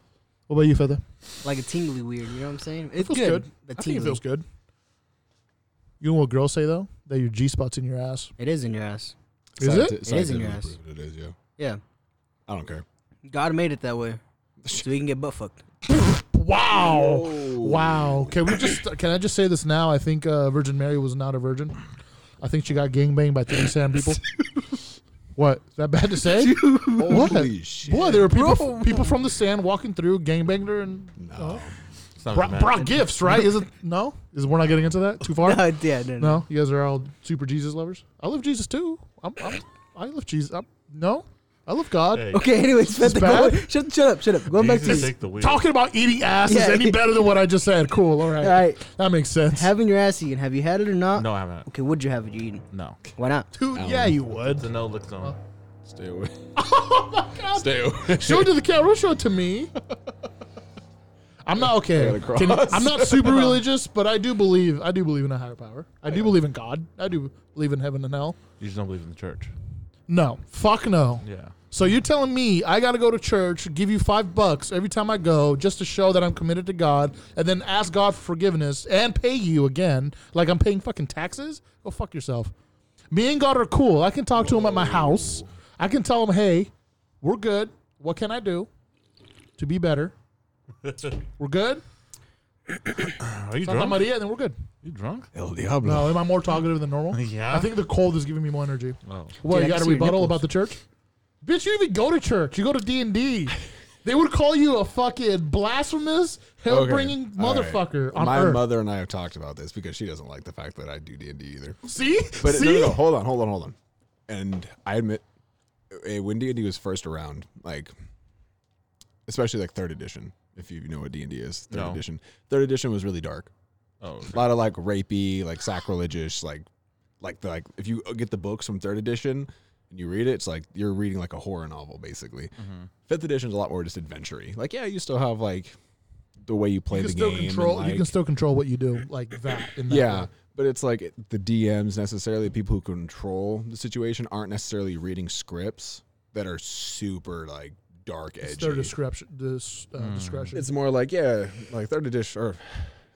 S3: what about you, Feather?
S1: like a tingly weird. You know what I'm saying? It's
S3: feels
S1: good.
S3: good.
S1: but
S3: I think it
S1: tingly.
S3: feels good. You know what girls say though? That your G spot's in your ass.
S1: It is in your ass.
S3: Is it?
S4: Scienti-
S1: It is in your
S4: scientifically
S1: ass.
S4: proven It is, yeah.
S1: Yeah,
S4: I don't care.
S1: God made it that way, so we can get butt fucked. [laughs]
S3: Wow.
S4: Oh.
S3: Wow. Can we just? [coughs] Can I just say this now? I think uh, Virgin Mary was not a virgin. I think she got gangbanged by three Sam people.
S1: [laughs]
S3: What? Is that bad to say?
S4: Holy
S3: What?
S4: shit.
S3: Boy, there were people people from the sand walking through, gangbanged her, and
S4: No.
S2: It's not
S3: brought,
S2: gonna matter.
S3: brought gifts. Right? Is it no? Is we're not getting into that too far?
S1: yeah, [laughs] no, no.
S3: No, you guys are all super Jesus lovers. I love Jesus too. I'm, I'm, I love Jesus. I'm, no, I love God.
S2: Hey,
S1: Okay, anyways, Fanta,
S3: bad?
S1: go- [laughs] shut, shut up, shut up. Going back to
S2: Jesus,
S1: this.
S2: take the wheel.
S3: Talking about eating ass is
S1: Yeah.
S3: any better than what I just said? Cool. All right.
S1: All right,
S3: That makes sense.
S1: having your ass eaten. Have you had it or not?
S2: No, I haven't.
S1: Okay, would you have it? You eaten?
S2: No.
S1: Why not?
S3: Dude, yeah, you would.
S2: It's a no look zone.
S4: Stay [laughs] away. Oh, Stay away.
S3: Show it to the camera. Show it to me. I'm not okay.
S4: I gotta
S3: Can-
S4: cross.
S3: I'm not super religious, but I do believe I do believe in a higher power. I do believe in God. I do believe in heaven and hell.
S2: You just don't believe in the church.
S3: No, fuck no.
S2: [laughs] Yeah.
S3: So you're telling me I gotta go to church, give you five bucks every time I go, just to show that I'm committed to God, and then ask God for forgiveness and pay you again, like I'm paying fucking taxes? Go fuck yourself. Me and God are cool. I can talk to him at my house. I can tell him, hey, we're good. What can I do to be better?
S2: Oh,
S3: we're good.
S2: Are you
S3: Santa
S2: drunk?
S3: Maria, and then we're good.
S2: You drunk?
S4: [laughs] El Diablo.
S3: No, am I more talkative than
S4: [laughs]
S3: normal?
S2: Yeah.
S3: I think the cold is giving me more energy.
S2: Oh.
S3: What
S1: Dude, I
S3: you got a
S1: can see your
S3: rebuttal
S1: nipples.
S3: about the church? Bitch, you even go to church. You go to D and
S4: [laughs]
S3: D. They would call you a fucking blasphemous, hell bringing
S4: All right.
S3: motherfucker on
S4: My
S3: earth.
S4: mother and I have talked about this because she doesn't like the fact that I do D and D either.
S3: See,
S4: But
S3: see,
S4: no, no, no, hold on, hold on, hold on. And I admit, eh, when D and D was first around, like, especially like third edition, if you know what D and D is, third
S2: No.
S4: edition. Third edition was really dark.
S2: Oh.
S4: A lot of like rapey, like sacrilegious, like, like the like if you get the books from third edition and you read it, it's like you're reading
S3: Mm-hmm.
S4: like a horror novel basically. Fifth edition is a lot more just adventure Like, yeah, you still have like the way you play
S3: you can
S4: the
S3: still
S4: game. and,
S3: control. you
S4: like-
S3: can still control what you do like that. In that
S4: yeah,
S3: way.
S4: but it's like it- the DMs necessarily, the people who control the situation, aren't necessarily reading scripts that are super like dark edgy. Hmm.
S3: it's their description. This uh, discretion.
S4: It's more like yeah, like third edition or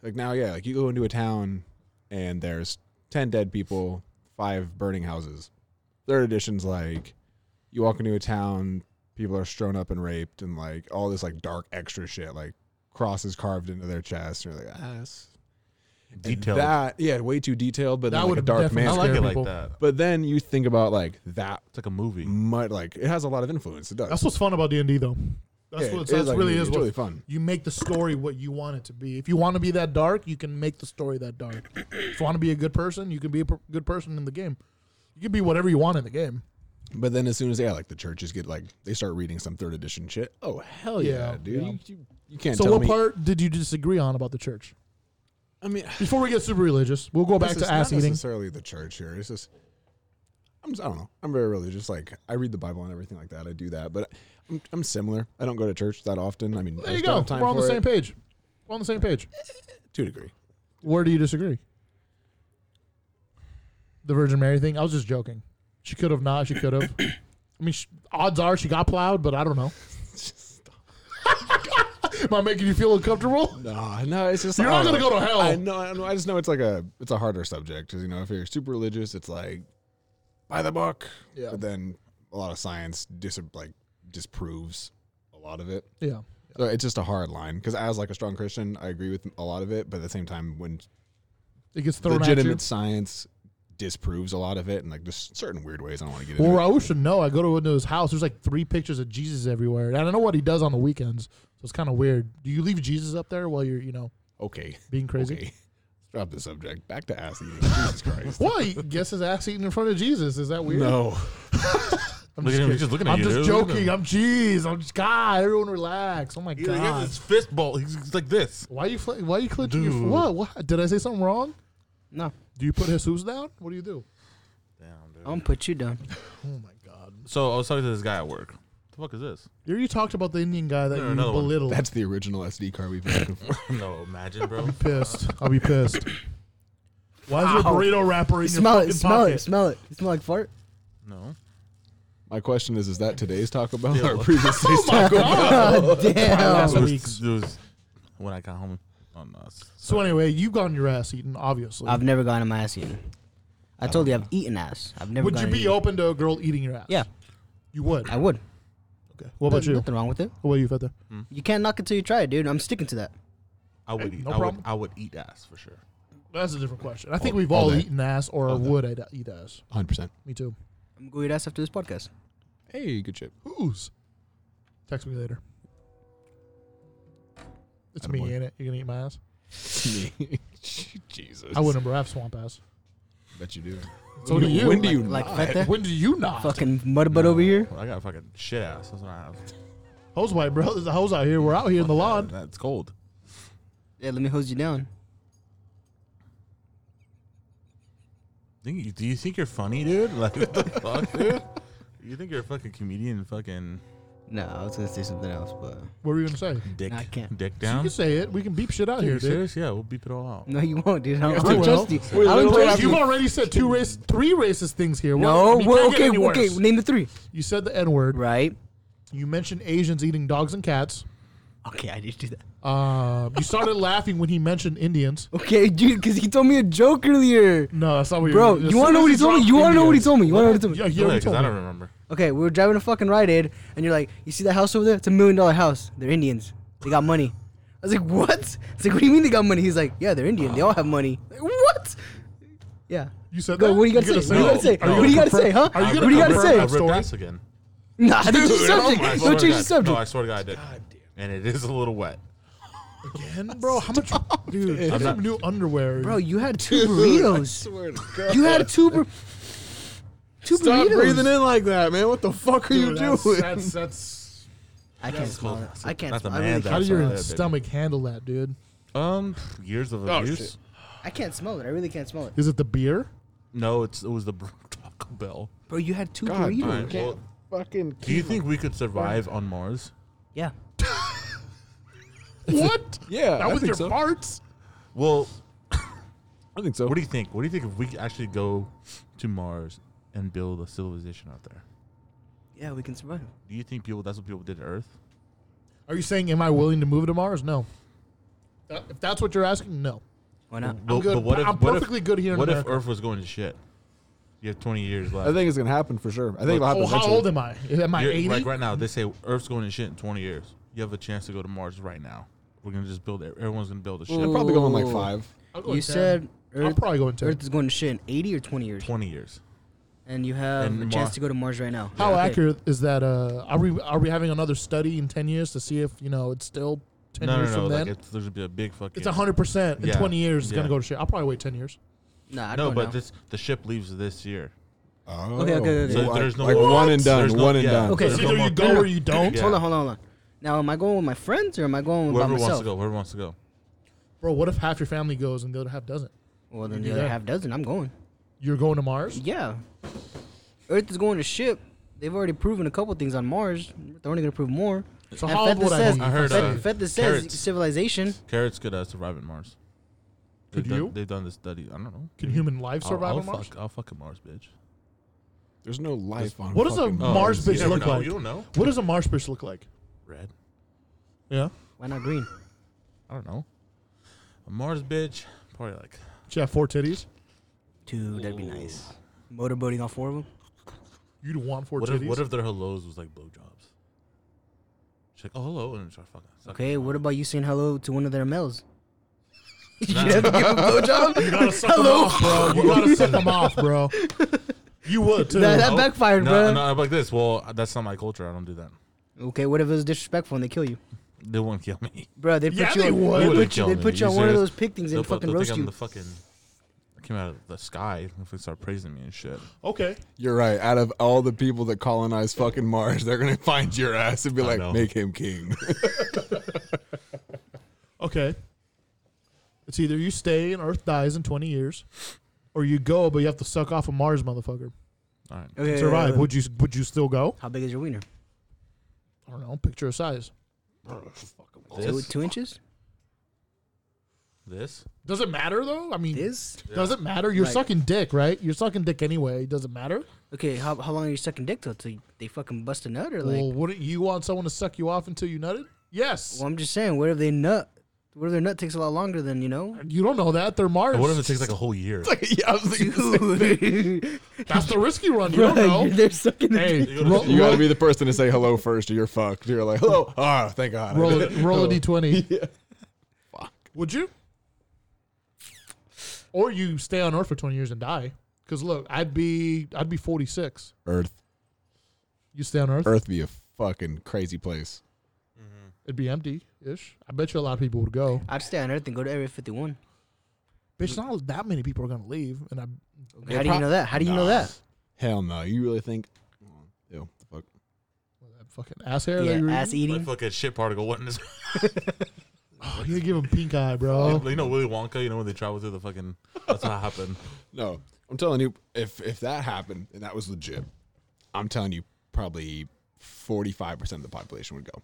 S4: like now yeah, like you go into a town and there's ten dead people, five burning houses. Third edition's like you walk into a town, people are strung up and raped, and like all this like dark extra shit, like crosses carved into their chest, and you're like ah, that's
S2: Detailed.
S4: that yeah, way too detailed, but
S3: That
S4: that like a
S3: would've
S4: dark
S3: definitely
S2: I
S4: man.
S2: like it
S3: scare
S2: like
S3: people.
S2: that.
S4: But then you think about like that
S2: It's like a movie.
S4: might like it has a lot of influence. It does.
S3: that's what's fun about D and D though. That's
S4: Yeah,
S3: what
S4: it
S3: that's
S4: like a
S3: really
S4: movie.
S3: is
S4: It's
S3: what
S4: really fun.
S3: you make the story what you want it to be. If you want to be that dark, you can make the story that dark. If you want to be a good person, you can be a per- good person in the game. You can be whatever you want in the game.
S4: But then as soon as yeah, like the churches get like they start reading some third edition shit. Oh hell yeah,
S3: Yeah,
S4: dude!
S3: yeah.
S4: You, you, you can't
S3: so,
S4: tell
S3: what
S4: me.
S3: part did you disagree on about the church?
S4: I mean,
S3: Before we get super religious, we'll go back
S4: it's
S3: to ass
S4: not
S3: eating.
S4: necessarily the church here. It's just I'm just, I don't know. I'm very religious. Like I read the Bible and everything like that. I do that, but I'm, I'm similar. I don't go to church that often. I mean, I
S3: There you
S4: just don't
S3: go.
S4: have time
S3: We're on the
S4: for
S3: same
S4: it.
S3: page. We're on the same page.
S4: To a degree,
S3: Where do you disagree? The Virgin Mary thing. I was just joking. She could have not. She could
S4: [coughs]
S3: have. I mean, sh odds are she got plowed, but I don't
S4: [laughs]
S3: know. Am I making you feel uncomfortable?
S4: no, no. It's just
S3: You're
S4: I
S3: not
S4: don't
S3: gonna
S4: know.
S3: go to hell.
S4: I know. I know. I just know it's like a it's a harder subject because you know if you're super religious, it's like by the book.
S3: Yeah.
S4: But then a lot of science dis- like disproves a lot of it.
S3: Yeah.
S4: So it's just a hard line because as like a strong Christian, I agree with a lot of it, but at the same time, when
S3: It gets thrown
S4: legitimate
S3: Legitimate.
S4: science disproves a lot of it and like just certain weird ways, I don't want to get
S3: at you.
S4: into.
S3: Well, Raul
S4: it.
S3: should know. I go to into his house. There's like three pictures of Jesus everywhere, and I don't know what he does on the weekends. So it's kind of weird. Do you leave Jesus up there while you're, you know,
S4: Okay,
S3: being crazy?
S4: okay, let's drop the subject. Back to ass eating.
S3: [laughs]
S4: Jesus Christ.
S3: What? He gets his ass eaten in front of Jesus. Is that weird?
S4: No,
S3: I'm
S2: Look
S3: just
S2: at him.
S3: kidding.
S2: He's just looking at
S3: I'm
S2: you,
S3: just
S2: dude.
S3: joking. I'm jeez. I'm just God. Everyone relax. Oh my
S2: He like, has
S3: god.
S2: his fist ball. He's, he's like this.
S3: Why you fl- why you clenching your
S2: Dude.
S3: what? What did I say something wrong?
S1: No,
S3: Do you put Jesus down? What do you do?
S2: Damn, dude.
S1: I'm gonna put you down.
S3: Oh my god.
S2: So I was talking to this guy at work. The fuck is this?
S3: You already talked about the Indian guy that
S2: No,
S3: you
S2: another one.
S3: belittled.
S4: that's the original SD card we've been looking for.
S2: [laughs] No, imagine, bro.
S3: [laughs] pissed. I'll be
S2: [coughs]
S3: pissed. Why is your burrito wrapper in
S5: Smell it,
S3: your fucking
S5: smell
S3: pocket?
S5: it, smell it. You smell like
S3: [laughs]
S5: fart.
S2: [laughs] No.
S4: My question is: Is that today's Taco Bell
S2: Yeah.
S4: or previous day's Taco Bell?
S5: God damn.
S3: Last
S2: It
S3: week's.
S2: was, it was when I got home on us.
S3: So anyway, you've gotten your ass eaten, obviously.
S1: I've never gone to my ass eating. I told you I've eaten ass. I've never.
S3: Oh. would
S1: gone
S3: you
S1: and
S3: be
S1: eaten.
S3: open to a girl eating your ass?
S1: Yeah,
S3: You would.
S1: I would.
S3: Okay. What about
S1: Nothing-
S3: you?
S1: Nothing wrong with it.
S3: What about you, Feta?
S1: You can't knock it till you try it, dude. I'm sticking to that.
S2: I would eat.
S3: no
S2: I, would,
S3: problem.
S2: I would eat ass for sure.
S3: That's a different question. I think
S4: All-
S2: Oh,
S3: we've
S4: all
S3: all,
S4: day.
S3: eaten ass or would I eat ass.
S4: Hundred percent.
S3: Me too.
S1: I'm gonna go eat ass after this podcast.
S4: Hey, good shit.
S3: Who's? Text me later. It's me,
S4: Attaboy.
S3: ain't it? You gonna eat my ass?
S4: Jesus,
S3: I wouldn't, bro. I have swamp ass.
S4: Bet you do.
S1: [laughs]
S3: So do you.
S4: When do you
S1: Like
S4: not?
S1: Feta,
S3: When do you not? [laughs]
S1: fucking mud butt over here.
S2: I got fucking shit ass. That's what I have.
S3: Hose white, bro. There's a hose out here. We're out here in the lawn.
S2: That's cold.
S1: Yeah, let me hose you down.
S2: Think you- do you think you're funny, dude? [laughs] Like what the fuck, dude? You think you're a fucking comedian? Fucking
S1: No, I was gonna say something else, but [laughs]
S3: What were you gonna say?
S2: dick,
S1: No, I can't.
S2: dick
S3: You
S2: down.
S3: can say it. We can beep shit out
S2: Are
S3: here,
S2: you
S3: dude.
S2: serious? Yeah, we'll beep it all out.
S1: no, you won't, dude. I don't,
S3: I will.
S1: trust you. I don't
S3: Dude,
S1: trust
S3: You've
S1: you.
S3: already said two race, three racist things here.
S1: No,
S3: Well, you
S1: well,
S3: can't get
S1: okay,
S3: any worse.
S1: okay. Name the three.
S3: You said the N word.
S1: Right.
S3: You mentioned Asians eating dogs and cats.
S1: Okay, I did do that.
S3: Um, you started laughing when he mentioned Indians.
S1: Okay, [laughs] dude, because he told me a joke earlier.
S3: No, that's not what
S1: Bro,
S3: you're- as
S1: you wanna
S3: soon
S1: know
S3: as
S1: what he told me?
S3: dropped
S1: You wanna know what he
S3: Indians-
S1: told me? You wanna know what he told me?
S3: Yeah, he
S2: Yeah,
S3: already
S2: 'cause
S3: told
S2: I
S3: me.
S2: don't remember.
S1: Okay, we were driving to fucking Rite Aid, and you're like, you see that house over there? It's a million dollar house. They're Indians. They got money. I was like, what? It's like, what do you mean they got money? He's like, yeah, they're Indian. They all have money. Like, what? Yeah.
S3: You said
S1: Go,
S3: that.
S1: what do you gotta say? What do you
S2: No.
S1: gotta say?
S2: Are you
S1: What do you gotta
S3: confirm-
S1: say, huh?
S3: Are you
S1: What
S3: gonna
S1: do you gotta
S3: confirm
S2: I
S1: say?
S3: that?
S2: ripped
S3: Story?
S2: ass again.
S1: Nah, don't change the
S2: I
S1: subject. Don't
S2: swear to
S1: change the
S2: oh God. No, I
S1: subject.
S2: swear to God, I did. And it is a little wet.
S3: Again, bro, how much, [laughs] dude? Get
S2: I'm
S3: some
S2: not-
S3: new underwear.
S1: Bro, you had two
S4: [laughs]
S1: burritos.
S4: Swear to God.
S1: You had two bur- two
S4: Stop
S1: burritos.
S4: breathing in like that, man. What the fuck are
S3: Dude,
S4: you
S3: that's,
S4: doing?
S3: That's, that's,
S1: I can't smell
S2: cold.
S1: it. I can't.
S2: That's a
S1: Smell. I, really
S2: man's
S1: can't.
S3: how
S2: ass.
S3: did your
S2: Sorry, I did.
S3: stomach handle that, dude?
S2: Um, years of
S1: Oh,
S2: abuse.
S1: I can't smell it. I really can't smell it.
S3: Is it the
S2: [laughs]
S3: beer?
S2: No, it's it was the [laughs] Taco Bell.
S1: Bro, you had two
S4: God,
S1: burritos.
S2: Alright, well,
S4: fucking
S2: do you think we could survive on Mars?
S1: Yeah.
S3: What?
S4: Yeah,
S3: Not
S4: I
S3: with
S4: think
S3: your
S4: so.
S3: parts.
S2: Well,
S4: I think so.
S2: what do you think? What do you think if we could actually go to Mars and build a civilization out there?
S1: Yeah, we can survive.
S2: Do you think people that's what people did to Earth?
S3: Are you saying, am I willing to move to Mars? No. That- If that's what you're asking, no.
S1: Why not?
S2: But-
S3: good.
S2: But what if,
S3: I'm
S2: what if-
S3: perfectly good here in
S2: What if
S3: America.
S2: Earth was going to shit? You have 20 years left.
S4: I think it's gonna happen for sure. I think it'll happen.
S3: Oh, how
S4: eventually.
S3: old am I? Am I
S2: You're-
S3: 80?
S2: Like right now, they say Earth's going to shit in 20 years. You have a chance to go to Mars right now. We're gonna just build. Everyone's gonna build a ship.
S4: I'm probably going like
S1: Ooh.
S4: five.
S3: I'll go
S1: You
S3: with 10.
S1: said
S3: I'm
S1: Earth,
S3: probably going to.
S1: Earth is going to shit in 80 or 20 years,
S2: 20 years.
S1: and you have
S2: And
S1: a
S2: Mar-
S1: chance to go to Mars right now.
S3: How
S1: Okay.
S3: accurate is that? Uh, are we are we having another study in ten years to see if you know it's still ten
S2: No,
S3: years
S2: no, no.
S3: from
S2: Like
S3: then?
S2: it's, there's gonna be a big fucking.
S3: It's hundred percent in
S2: Yeah,
S3: twenty years. It's
S2: yeah.
S3: gonna go to shit. I'll probably wait ten years.
S1: Nah, I
S2: No,
S1: don't
S2: but
S1: know.
S2: this the ship leaves this year.
S4: Oh.
S1: okay, okay.
S2: So there's no
S4: like
S2: more-
S4: one and done,
S2: there's no-
S4: one and
S2: yeah.
S4: done.
S1: Okay.
S2: There's
S1: It's
S2: no
S3: either
S2: more-
S3: you go or you don't.
S2: Yeah.
S1: Hold on, hold on, hold on. Now, am I going with my friends or am I going by
S2: Whoever
S1: myself?
S2: wants to go, whoever wants to go.
S3: Bro, what if half your family goes and the other half doesn't?
S1: Well, then
S3: You
S1: the
S3: do
S1: other
S3: that.
S1: half dozen. I'm going.
S3: You're going to Mars.
S1: Yeah. Earth is going to ship. They've already proven a couple things on Mars. They're only going to prove more.
S3: So
S1: And
S3: how old
S1: Fetha
S3: would I
S1: says-
S3: be?
S2: I heard,
S3: Fuck
S2: uh,
S3: it.
S1: Fed says
S2: carrots.
S1: civilization.
S2: Carrots could uh, survive in Mars.
S3: Could
S2: they've
S3: you?
S2: Done, they've done this study. I don't know.
S3: Can human life
S2: I'll,
S3: survive
S2: Oh, I'll
S3: on Mars?
S2: Fuck, I'll fucking Mars, bitch.
S4: There's no life on.
S3: What does a
S4: fucking
S3: Mars
S2: You
S3: bitch
S2: never
S3: look
S2: know.
S3: like?
S2: You don't know.
S3: What does a Mars fish look like?
S2: Red.
S3: Yeah,
S1: Why not green?
S2: I don't know. A Mars bitch, probably like
S3: she have four titties.
S1: Dude, that'd be nice. Motorboating all four of them.
S3: You'd want four
S2: What if,
S3: titties.
S2: what if their hellos was like blowjobs? She's like, oh, hello, and start fucking. suck
S1: Okay,
S2: it.
S1: what about you saying hello to one of their males? [laughs]
S2: Nah. [laughs]
S3: you gotta suck Hello? them off, bro. You gotta
S1: [laughs]
S3: set them off, [laughs] bro. You would too.
S1: That, that
S2: Oh,
S1: backfired,
S2: no,
S1: bro.
S2: No, I'm like this. Well, that's not my culture. I don't do that.
S1: Okay, what if it was disrespectful and they kill you?
S2: They won't kill me.
S1: Bro, they put
S3: Yeah,
S1: you
S3: they
S1: on,
S3: would.
S1: They
S2: They
S1: put
S2: would've
S1: you,
S2: killed
S1: they
S2: me.
S1: put you
S2: You
S1: on one of
S2: serious?
S1: those pig things and
S2: They'll put-
S1: fucking
S2: they'll
S1: roast
S2: think I'm
S1: you.
S2: the fucking. I came out of the sky. If they start praising me and shit.
S3: Okay.
S4: You're right. Out of all the people that colonize fucking Mars, they're gonna find your ass and be
S2: I
S4: like,
S2: know.
S4: make him king.
S3: Okay. It's either you stay and Earth dies in 20 years, or you go, but you have to suck off a Mars motherfucker.
S2: All right.
S1: okay,
S3: Survive.
S1: uh,
S3: Would you Would you still go?
S1: How big is your wiener?
S3: I don't know. Picture a size.
S1: Two,
S2: This,
S1: two inches?
S2: this.
S3: Does it matter though? I mean,
S1: This?
S3: does it matter? You're
S1: Right.
S3: sucking dick, right? You're sucking dick anyway. Does it matter?
S1: Okay, how, how long are you sucking dick till? Till they fucking bust a nut or like?
S3: well, wouldn't you want someone to suck you off until you nutted? Yes.
S1: Well, I'm just saying, what if they nut? What if their nut takes a lot longer than you
S3: [laughs]
S1: know?
S3: you don't know that. They're Mars.
S2: What if it takes like a whole year?
S3: [laughs]
S4: yeah, I was thinking the same
S1: [laughs]
S4: thing.
S1: Dude,
S3: That's the risky run. [laughs] You don't know.
S1: they're sucking. the
S3: Hey,
S1: dick.
S3: roll,
S4: You gotta
S3: roll,
S4: be the person to say hello first, or you're fucked. You're like, hello. Ah, thank God. I
S3: roll,
S4: did
S3: a-
S4: it.
S3: roll a [laughs] d20.
S4: Fuck.
S3: Would you? Or you stay on Earth for 20 years and die? Because look, I'd be I'd be 46.
S4: [laughs] Earth,
S3: You stay on Earth,
S4: Earth be a fucking crazy place.
S3: it'd be empty ish. I bet you a lot of people would go.
S1: I'd stay on Earth and go to Area 51.
S3: Bitch, not that many people are gonna leave. And I
S1: Okay, how do you know that? How do you know
S4: Nah.
S1: that?
S4: Hell no. You really think? Ew. The fuck.
S3: that fucking ass hair. that
S1: Yeah,
S3: you're
S1: ass
S2: Like
S1: eating.
S2: fucking shit particle. What in this?
S3: Oh, you give him pink eye, bro.
S2: You know Willy Wonka. You know when they travel through the fucking. That's what happened.
S4: No, I'm telling you, if if that happened and that was legit, I'm telling you, probably 45 percent of the population would go.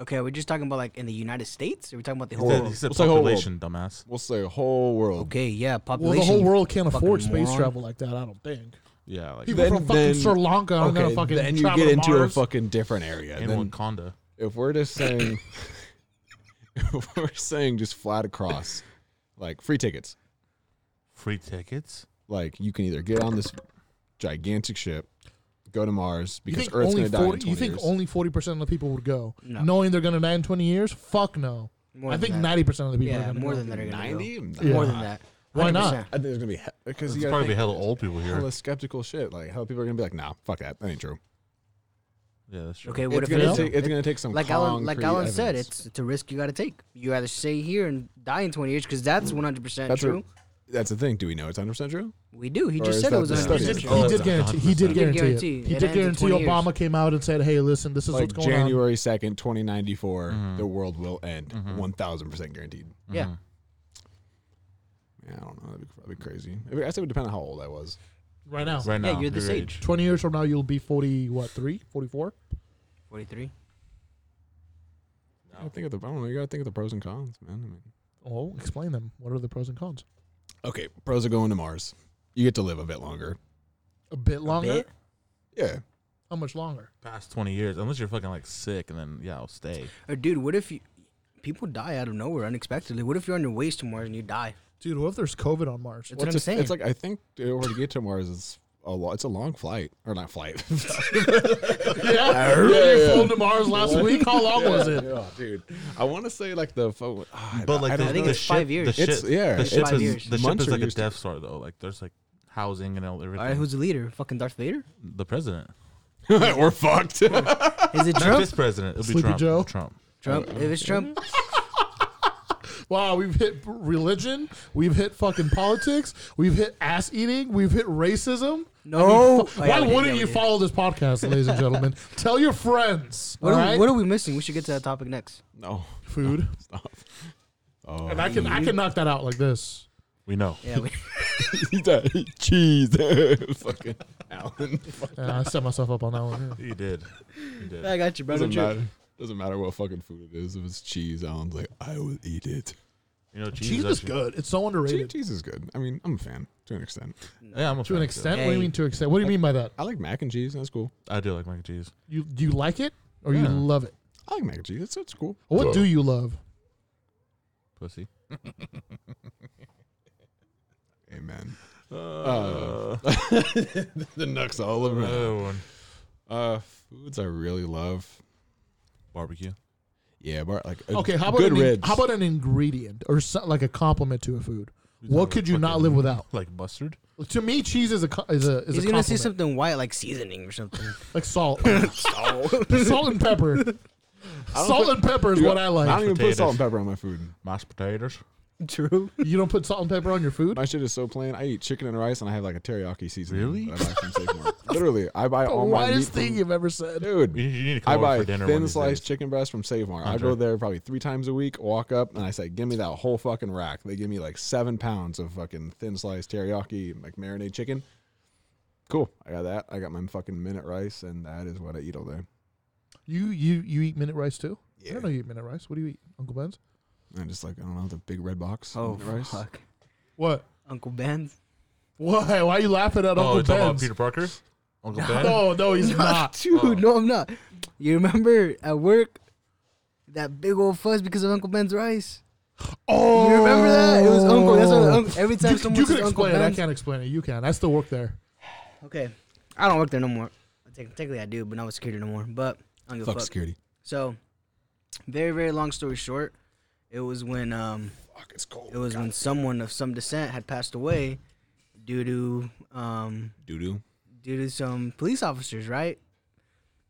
S1: Okay, we're just talking about like in the United States. Or we talking about the whole
S2: He said, he
S1: world.
S2: said
S4: What's the whole
S2: population, dumbass.
S4: We'll say a whole world.
S1: Okay, yeah,
S3: Well,
S1: population.
S3: the whole world can't
S1: Fucking
S3: afford space
S1: moron.
S3: travel like that. I don't think
S2: Yeah, like
S3: people
S4: Then-
S3: from fucking
S4: then-
S3: Sri Lanka aren't gonna fucking
S4: then you
S3: travel
S4: get
S3: to
S4: into a
S3: Mars.
S4: fucking different area.
S2: in
S4: Then
S2: Wakanda.
S4: if we're just saying, [laughs] if we're saying just flat across, like free tickets,
S2: Free tickets.
S4: like you can either get on this gigantic ship, go to Mars
S3: You
S4: because
S3: think,
S4: Earth's
S3: only
S4: gonna die in
S3: 40,
S4: 20
S3: you think
S4: years.
S3: only 40% of the people would go,
S1: No.
S3: knowing they're going to die in 20 years? Fuck no.
S1: More
S3: I
S1: than
S3: think
S1: that.
S3: 90% of the people are
S1: Yeah,
S3: going to
S1: more
S3: go.
S1: than that are gonna
S4: 90? Nah.
S1: go.
S3: Yeah.
S1: More than that.
S3: Why not?
S1: 100%.
S4: I think there's gonna be he- because
S2: There's
S4: you gotta
S2: probably
S4: think
S2: hella old people here.
S4: hella skeptical shit. Like hella people are gonna be like, nah, fuck that, that ain't true.
S2: Yeah, that's true.
S1: Okay, what
S4: It's
S1: if it
S4: gonna,
S1: is?
S4: take, it's gonna take some
S1: like Alan, like
S4: concrete
S1: Alan said,
S4: evidence.
S1: it's it's a risk you got to take. You either stay here and die in 20 years because that's 100 percent
S4: That's
S1: true.
S4: what- That's the thing. Do we know it's 100 percent true?
S1: we do. He
S4: or
S1: just
S4: is
S1: said
S4: that
S1: it was
S4: the
S1: 100
S4: study?
S3: He
S1: percent
S3: did,
S1: true.
S3: he
S2: Oh,
S3: did
S2: it's
S3: guarantee. He did
S2: 100%.
S3: guarantee.
S1: Guarantee.
S3: It. He
S1: It ends
S3: did
S1: in
S3: guarantee
S1: 20 years.
S3: Obama came out and said, "Hey, listen, this is what's
S4: Like
S3: going on."
S4: January 2nd, 2094,
S2: Mm-hmm.
S4: the world will end. 1,000 percent guaranteed.
S1: Yeah.
S4: Yeah, I don't know. That'd be, that'd be crazy. I, mean, I said it would depend on how old I was.
S3: Right now,
S2: Right now,
S1: Yeah, you're this
S2: your
S1: age.
S3: 20 years from now, you'll be 40. What? Three? 44?
S1: 43.
S4: I gotta think of the. I don't know. You gotta think of the pros and cons, man. I mean,
S3: Oh, explain them. What are the pros and cons?
S4: okay, pros are going to Mars. You get to live a bit longer.
S3: A bit longer.
S1: bit?
S4: Yeah,
S3: How much longer?
S2: Past twenty years, unless you're fucking like sick, and then yeah, I'll stay.
S1: Or dude, what if you, people die out of nowhere unexpectedly? What if you're on your ways to Mars and you die?
S3: Dude, what if there's COVID on Mars?
S1: That's what I'm
S4: it's,
S1: saying.
S4: it's like I think in order to get to Mars is a lo- It's a long flight or not flight.
S3: yeah. yeah, you flew to Mars last week. [laughs] How long was
S4: [laughs]
S3: it?
S4: yeah, Oh, dude. I want to say like the ah, phone.
S2: But like, the,
S1: I think
S2: the
S1: it's
S2: ship,
S1: five years.
S2: The ship,
S4: It's- yeah,
S2: the
S4: it's
S2: ship
S1: five
S2: is
S1: years.
S2: the ship
S4: Months
S2: is
S4: are
S2: like a
S4: used to-
S2: death star though. Like there's like housing and all everything.
S1: All right, who's the leader? Fucking Darth Vader?
S2: the president?
S4: [laughs] we're
S1: Is
S4: fucked. [laughs]
S1: it
S2: Not
S1: Trump?
S2: this president. It'll be
S3: Sleepy
S2: Trump.
S3: Joe.
S2: Trump.
S1: Trump. If it's Trump,
S3: Wow, we've hit religion. We've hit fucking politics. We've hit ass eating. We've hit racism.
S1: no. Oh, yeah, we did,
S3: Why
S1: yeah,
S3: wouldn't
S1: we
S3: you
S1: did.
S3: follow this podcast, ladies and gentlemen? Tell your friends.
S1: What
S3: all
S1: are,
S3: right?
S1: we, what are we missing? We should get to that topic next.
S4: no,
S3: Food.
S4: stop. [laughs] Oh,
S3: And I can I can knock that out like this.
S2: We know.
S1: Yeah, we, [laughs]
S4: cheese. [laughs] Fucking Alan.
S3: Yeah, I set myself up on that one. yeah.
S2: He did. He did.
S1: I got you, brother.
S4: Doesn't
S1: You
S4: matter. Doesn't matter what fucking food it is. If it's cheese, Alan's like, I will eat it.
S2: You know, cheese,
S3: Cheese is
S2: actually-
S3: good. It's so
S4: Che-
S3: underrated.
S4: Cheese is good. I mean, I'm a fan to an extent.
S2: Yeah, I'm a
S3: To an
S2: fan,
S3: extent, what do you mean to extent? What do you mean by that?
S4: I like mac and cheese. That's cool.
S2: too. I do like mac and cheese.
S3: You do you like it or you
S2: Yeah.
S3: love it?
S4: I like mac and cheese. That's, that's cool.
S3: What do you love?
S2: Pussy.
S4: Amen. Uh, [laughs] the nucks all around.
S3: Oh.
S2: Another one.
S4: Uh, foods I really love.
S2: Barbecue.
S4: Yeah, bar, like a
S3: Okay, how about
S4: good
S3: an, in-
S4: ribs.
S3: how about an ingredient or so, like a complement to a food? What
S2: Like
S3: could you not
S2: fucking-
S3: live without?
S2: Like mustard.
S3: To me, cheese is a co- is a is
S1: He's
S3: a
S1: gonna
S3: compliment.
S1: see something white like seasoning or
S4: [laughs]
S1: something. [laughs]
S3: like salt, [laughs] salt and pepper. Salt and pepper is what I
S4: I don't
S3: like.
S4: even put salt
S2: Potatoes.
S4: and pepper on my food.
S2: Mashed potatoes.
S1: True.
S3: You don't put salt and pepper on your food.
S4: My shit is so plain. I eat chicken and rice, and I have like a teriyaki seasoning.
S2: Really?
S4: that I buy from
S3: [laughs]
S4: Safeway. Literally, I buy
S3: The
S4: all my meat
S3: whitest
S4: from,
S3: thing you've ever said.
S4: dude.
S2: You, you need to come
S4: I
S2: over
S4: buy
S2: for dinner. one of
S4: thin
S2: these
S4: sliced
S2: days.
S4: chicken breast from Save Mart. I go
S2: Hunter.
S4: there probably three times a week, walk up, and I say, Give me that whole fucking rack. They give me like seven pounds of fucking thin sliced teriyaki, like marinade chicken. Cool. I got that. I got my fucking minute rice, and that is what I eat all day.
S3: You you you eat minute rice too? I
S4: Yeah.
S3: don't know you eat minute rice. What do you eat, Uncle Ben's?
S4: And just like, I don't know, the big red box.
S1: Oh
S4: minute rice.
S1: fuck,
S3: What?
S1: Uncle Ben's.
S3: Why? [laughs] Why are you laughing at Uncle
S2: Oh, you talking about
S3: Ben's?
S2: Peter Parker? Uncle Ben?
S3: No, no,
S1: [laughs]
S3: he's not.
S1: Dude, no, I'm not. You remember at work that big old fuss because of Uncle Ben's rice?
S3: Oh,
S1: You remember that? It was Uncle. That's what Uncle, every time
S3: You,
S1: someone
S3: you
S1: says
S3: can
S1: Uncle
S3: explain it. I
S1: Ben's.
S3: can't explain it. You can. I still work there.
S1: Okay, I don't work there no more. Te- Technically, I do, but not with security no more. But I don't give a
S4: Fuck
S1: fuck.
S4: security.
S1: So, very very long story short, it was when um
S4: Fuck, it's cold.
S1: it was when someone of some descent had passed away due to um
S4: Doo doo.
S1: due to some police officers, right?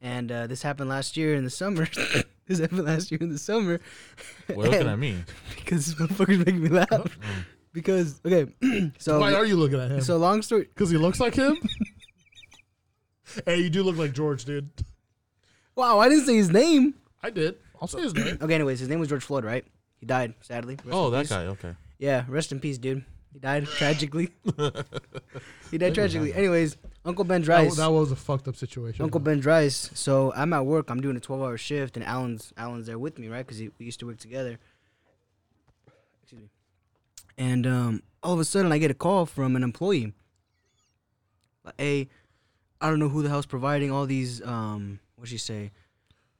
S1: And uh, this happened last year in the summer. [laughs] this happened last year in the summer.
S2: Well, looking at
S1: And-
S2: me.
S1: Because this motherfucker's making me laugh. because okay, [clears throat] so
S3: Oh. Why are you looking at him?
S1: so long story.
S3: Because he looks
S1: [laughs]
S3: like him. hey, you do look like George, dude.
S1: Wow, I didn't say his name.
S3: I did. I'll say his name.
S1: Okay, anyways, his name was George Floyd, right? He died sadly. Rest
S2: Oh,
S1: in
S2: that
S1: peace.
S2: guy. Okay.
S1: Yeah, rest in peace, dude. He died
S3: [laughs]
S1: tragically. he died tragically. Anyways, Uncle Ben
S3: That,
S1: Rice.
S3: that was a fucked up situation.
S1: Uncle Ben Rice. So I'm at work. I'm doing a 12 hour shift, and Alan's Alan's there with me, right? Because we used to work together. Excuse me. And um, all of a sudden, I get a call from an employee. Like, Hey, I don't know who the hell's providing all these um, what she say,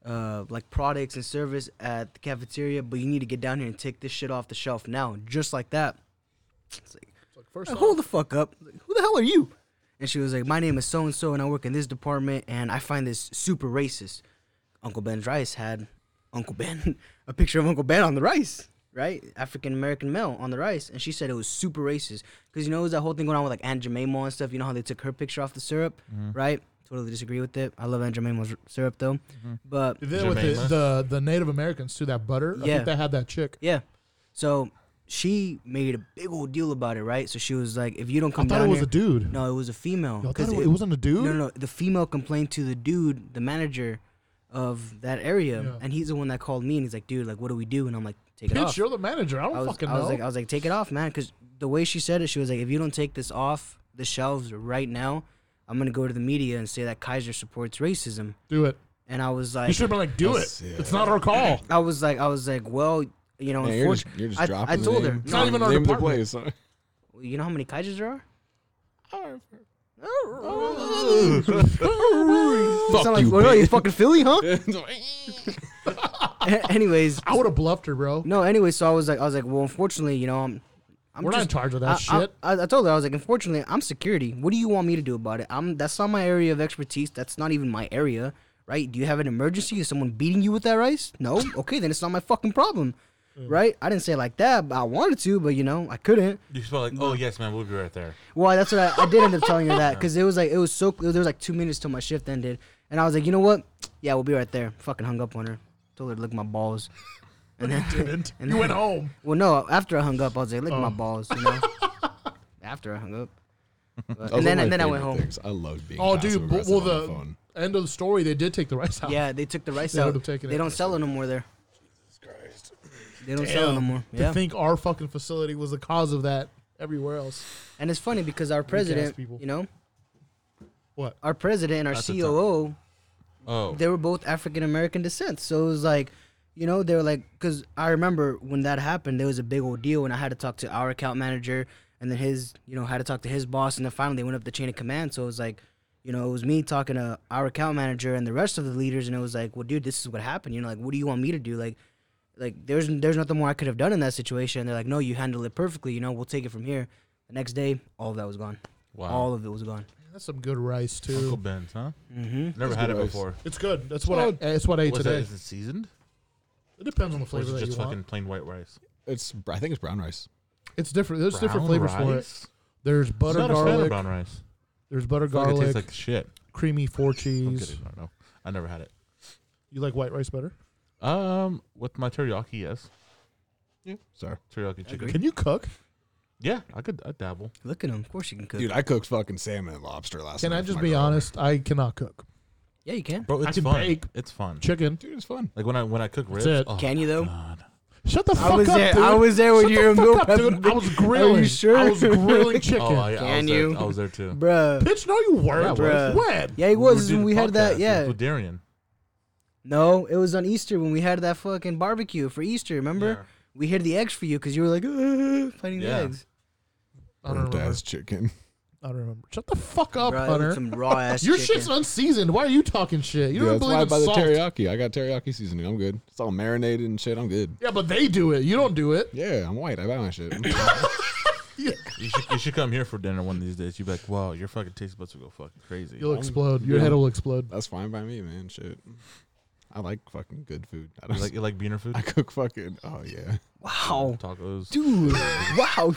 S1: uh, like products and service at the cafeteria, but you need to get down here and take this shit off the shelf now, just like that. It's like,
S3: First
S1: like,
S3: off,
S1: hold the fuck up. Like, Who the hell are you? And she was like, my name is so and so, and I work in this department, and I find this super racist. Uncle Ben's rice had Uncle Ben, [laughs] a picture of Uncle Ben on the rice, right? African American male on the rice, and she said it was super racist because you know it was that whole thing going on with like Aunt Jemima and stuff. You know how they took her picture off the syrup,
S3: Mm-hmm.
S1: right? Totally disagree with it. I love Aunt Jemima's r- syrup though,
S3: Mm-hmm.
S1: but
S3: then with
S2: Jemima.
S3: the, the the Native Americans too, that butter. I
S1: Yeah.
S3: think they had that chick.
S1: yeah. So she made a big old deal about it, right? So she was like, if you don't come
S3: I thought
S1: down
S3: it was
S1: here,
S3: a dude.
S1: no, it was a female.
S3: Y'all
S1: 'cause
S3: thought it, it wasn't a dude.
S1: No, no, no. The female complained to the dude, the manager of that area,
S3: Yeah.
S1: and he's the one that called me, and he's like, "Dude, like, what do we do?" And I'm like, "Take it
S3: Bitch,
S1: off."
S3: you're the manager. I don't
S1: I was,
S3: fucking
S1: I was
S3: know.
S1: like, I was like, "Take it off, man," because the way she said it, she was like, "If you don't take this off the shelves right now, I'm gonna go to the media and say that Kaiser supports racism."
S3: Do it.
S1: and I was
S3: You
S1: like,
S3: should have been like, do it.
S4: That's- yeah.
S3: It's not our call.
S1: I was like, I was like, well, you know,
S4: Yeah, you're just-
S1: unfortunately,
S4: you're just
S1: I,
S4: dropping
S1: I
S4: the
S1: told her,
S4: name.
S3: It's not even our
S4: Name of the
S3: department.
S4: place.
S1: [laughs] you know how many kaijus there are?
S4: [laughs] Fuck
S1: Sound like,
S4: you,
S1: what are you
S4: bitch.
S1: fucking Philly, huh? [laughs] anyways,
S3: I would have bluffed her, bro.
S1: no, anyways, so I was like, I was like, well, unfortunately, you know, I'm, I'm
S3: We're not in
S1: just,
S3: charge of
S1: I,
S3: that
S1: I-
S3: shit.
S1: I, I told her I was like, unfortunately, I'm security. What do you want me to do about it? I'm that's not my area of expertise. That's not even my area, right? Do you have an emergency? Is someone beating you with that rice?
S3: [laughs]
S1: No. Okay, then it's not my fucking problem,
S3: Mm.
S1: right? I didn't say it like that, but I wanted to, but you know, I couldn't.
S2: You just felt like, oh yes, man, we'll be right there.
S1: Well, that's what I, I did end up telling her that
S3: [laughs]
S1: because it was like it was so there was like two minutes till my shift ended, and I was like, you know what? Yeah, we'll be right there. Fucking hung up on her. Told her to lick my balls. And then, [laughs]
S3: Didn't. [laughs] You went home.
S1: well, no, after I hung up, I was like, lick
S3: Oh.
S1: my balls, you
S3: [laughs]
S1: know. after I hung up, But-
S4: Those
S1: and
S4: are
S1: then
S4: my
S1: and then I went
S4: favorite
S1: home.
S4: things. I loved being.
S3: Oh, dude. But,
S4: passive-aggressive
S3: well,
S4: on the
S3: the
S4: phone.
S3: end of the story, they did take the rice out.
S1: Yeah, they took the rice
S3: They
S1: out.
S3: would've taken
S1: they
S3: it.
S1: don't sell it no more there. They don't sell it no
S3: Damn.
S1: more.
S3: To
S1: Yeah,
S3: think our fucking facility was the cause of that everywhere else.
S1: and it's funny because our president,
S3: people.
S1: you know,
S3: What?
S1: our president and our
S2: That's a tough-
S1: COO,
S2: Oh,
S1: they were both African American descent. So it was like, you know, they were like, because I remember when that happened, there was a big old deal, and I had to talk to our account manager, and then his, you know, had to talk to his boss, and then finally they went up the chain of command. So it was like, you know, it was me talking to our account manager and the rest of the leaders, and it was like, well, dude, this is what happened. You know, like, what do you want me to do? Like, like there's there's nothing more I could have done in that situation. And they're like, no, you handled it perfectly. You know, we'll take it from here. The next day, all of that was gone.
S2: wow.
S1: All of it was gone.
S3: That's some good rice
S2: Uncle
S3: too.
S2: Ben's, huh?
S1: Mm-hmm.
S2: Never
S4: That's
S2: had it
S4: good rice.
S2: before.
S3: It's good. That's what I. That's what I ate
S2: What's that?
S3: today.
S2: Is it seasoned?
S3: It depends on the
S2: Or
S3: flavor
S2: is it
S3: that you
S2: just fucking
S3: want.
S2: plain white rice?
S4: It's. I think it's brown rice.
S3: It's different. There's different
S2: Brown
S3: flavors for it.
S2: rice?
S3: There's butter
S2: I'm not a fan of
S3: garlic.
S2: brown rice.
S3: There's butter
S2: I feel like It
S3: garlic.
S2: tastes like shit.
S3: creamy four
S2: I'm
S3: cheese.
S2: kidding. I don't know. I never had it.
S3: You like white rice better?
S2: Um, with my teriyaki, yes,
S4: Sorry,
S2: teriyaki chicken.
S3: Can you cook?
S2: Yeah, I could. I dabble.
S1: Look at him. Of course you can cook.
S4: dude. I cooked fucking salmon and lobster last.
S3: Can
S4: night
S3: I
S4: with
S3: just
S4: my
S3: be
S4: girl.
S3: honest? I cannot cook.
S1: Yeah, you can.
S2: Bro,
S3: I
S2: it's
S3: can
S2: fun.
S3: bake.
S2: It's fun.
S3: Chicken.
S4: Dude, it's fun.
S2: Like when I when I cook ribs.
S3: it.
S2: Oh,
S1: Can you though?
S2: God.
S3: Shut the fuck
S1: was
S3: up,
S1: there-
S3: dude.
S1: I was there when
S3: Shut
S1: you
S3: the
S1: were
S3: fuck
S1: grilled
S3: up, dude.
S1: pepper. [laughs]
S3: I was grilling.
S1: sure?
S3: I
S1: [laughs]
S3: was grilling chicken.
S2: Oh, I, I
S1: Can
S2: was
S1: you?
S2: There, I was there too.
S3: [laughs]
S1: Bruh.
S3: Bitch, no, you
S2: Yeah, I
S3: weren't.
S2: was.
S3: when?
S1: Yeah, it was
S2: were
S1: when
S2: doing
S1: we
S2: the
S1: had that.
S2: podcast
S1: Yeah.
S2: with Darian.
S1: No, it was on Easter when we had that fucking barbecue for Easter. Remember? We hid the eggs for you because you were like "Uh, fighting
S2: Yeah.
S1: the eggs.
S3: I don't remember.
S4: Burnt-ass chicken.
S3: I don't remember. Shut the fuck up,
S1: Bruh, I ate
S3: Hunter.
S1: Some raw ass
S3: Oh, [laughs] Your
S1: chicken.
S3: shit's unseasoned. Why are you talking shit? You
S4: yeah,
S3: don't
S4: that's why
S3: believe
S4: I
S3: in
S4: buy the
S3: salt.
S4: teriyaki. I got teriyaki seasoning. I'm good. It's all marinated and shit. I'm good.
S3: Yeah, but they do it. You don't do it.
S4: Yeah, I'm white. I buy my [coughs] shit. [laughs]
S2: You should, you should come here for dinner one of these days. You'd be like, wow, your fucking taste buds will go fucking crazy.
S3: You'll
S4: I'm
S3: explode. Your
S4: good.
S3: head will explode.
S4: that's fine by me, man. Shit. I like fucking good food. [laughs] I
S2: You
S4: don't
S2: like you like beaner food?
S4: I cook fucking. Oh yeah.
S1: Wow.
S2: Tacos.
S1: Dude. wow.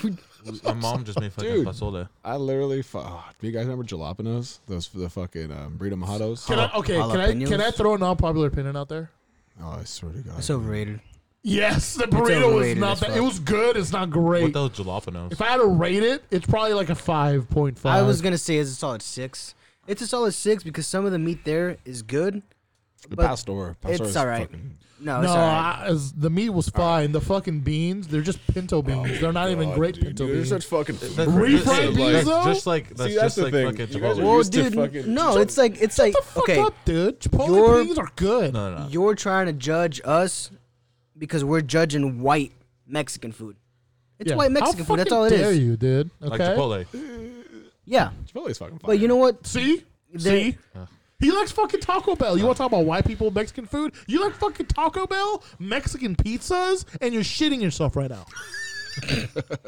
S2: My mom just made fucking
S4: Dude.
S2: pasole.
S4: I literally. Fu- oh, do you guys remember jalapenos? Those the fucking um, burrito mojados.
S3: Can I, okay, can I can I
S1: jalapenos?
S3: throw an unpopular opinion out there?
S4: Oh, I swear to God.
S1: That's overrated.
S3: Yes, the burrito was
S1: overrated
S3: not
S1: as
S3: that.
S1: fuck.
S3: It was good. It's not great.
S2: What those jalapenos?
S3: If I had to rate it, it's probably like a five point
S1: I
S3: five.
S1: was gonna say it's a solid six. It's a solid six because some of the meat there is good.
S4: the
S1: but
S4: pastor.
S1: it's
S4: pastor is
S1: all right.
S4: fucking-
S1: No,
S3: no,
S1: it's alright.
S3: I, as, the meat was fine. The fucking beans, they're just pinto beans. they're not even
S4: God,
S3: great
S4: dude.
S3: pinto
S4: Dude,
S3: beans.
S4: They're such fucking.
S2: That's-
S3: Refried
S2: that's-
S3: beans,
S2: that's
S3: though?
S2: Just like
S4: that's
S2: that's, just
S4: the
S2: like
S4: thing.
S2: fucking
S4: You guys
S2: Chipotle.
S4: are
S1: Well,
S4: used to
S1: dude,
S4: fucking-
S1: no, it's like it's like
S3: Shut the fuck
S1: okay.
S3: up, dude. Chipotle
S1: Your-
S3: beans are good.
S2: No, no, no.
S1: You're trying to judge us because we're judging white Mexican food. It's
S3: Yeah.
S1: white
S3: How
S1: Mexican food. That's
S3: fucking
S1: all it
S3: dare
S1: is.
S3: you, dude?
S2: Like
S3: Okay.
S2: Chipotle.
S1: Yeah,
S4: Chipotle is fucking. Fire.
S1: but you know what?
S3: See,
S1: They-
S3: see. He likes fucking Taco Bell. You want to talk about white people Mexican food? You like fucking Taco Bell, Mexican pizzas, and you're shitting yourself right
S4: [laughs]
S3: now.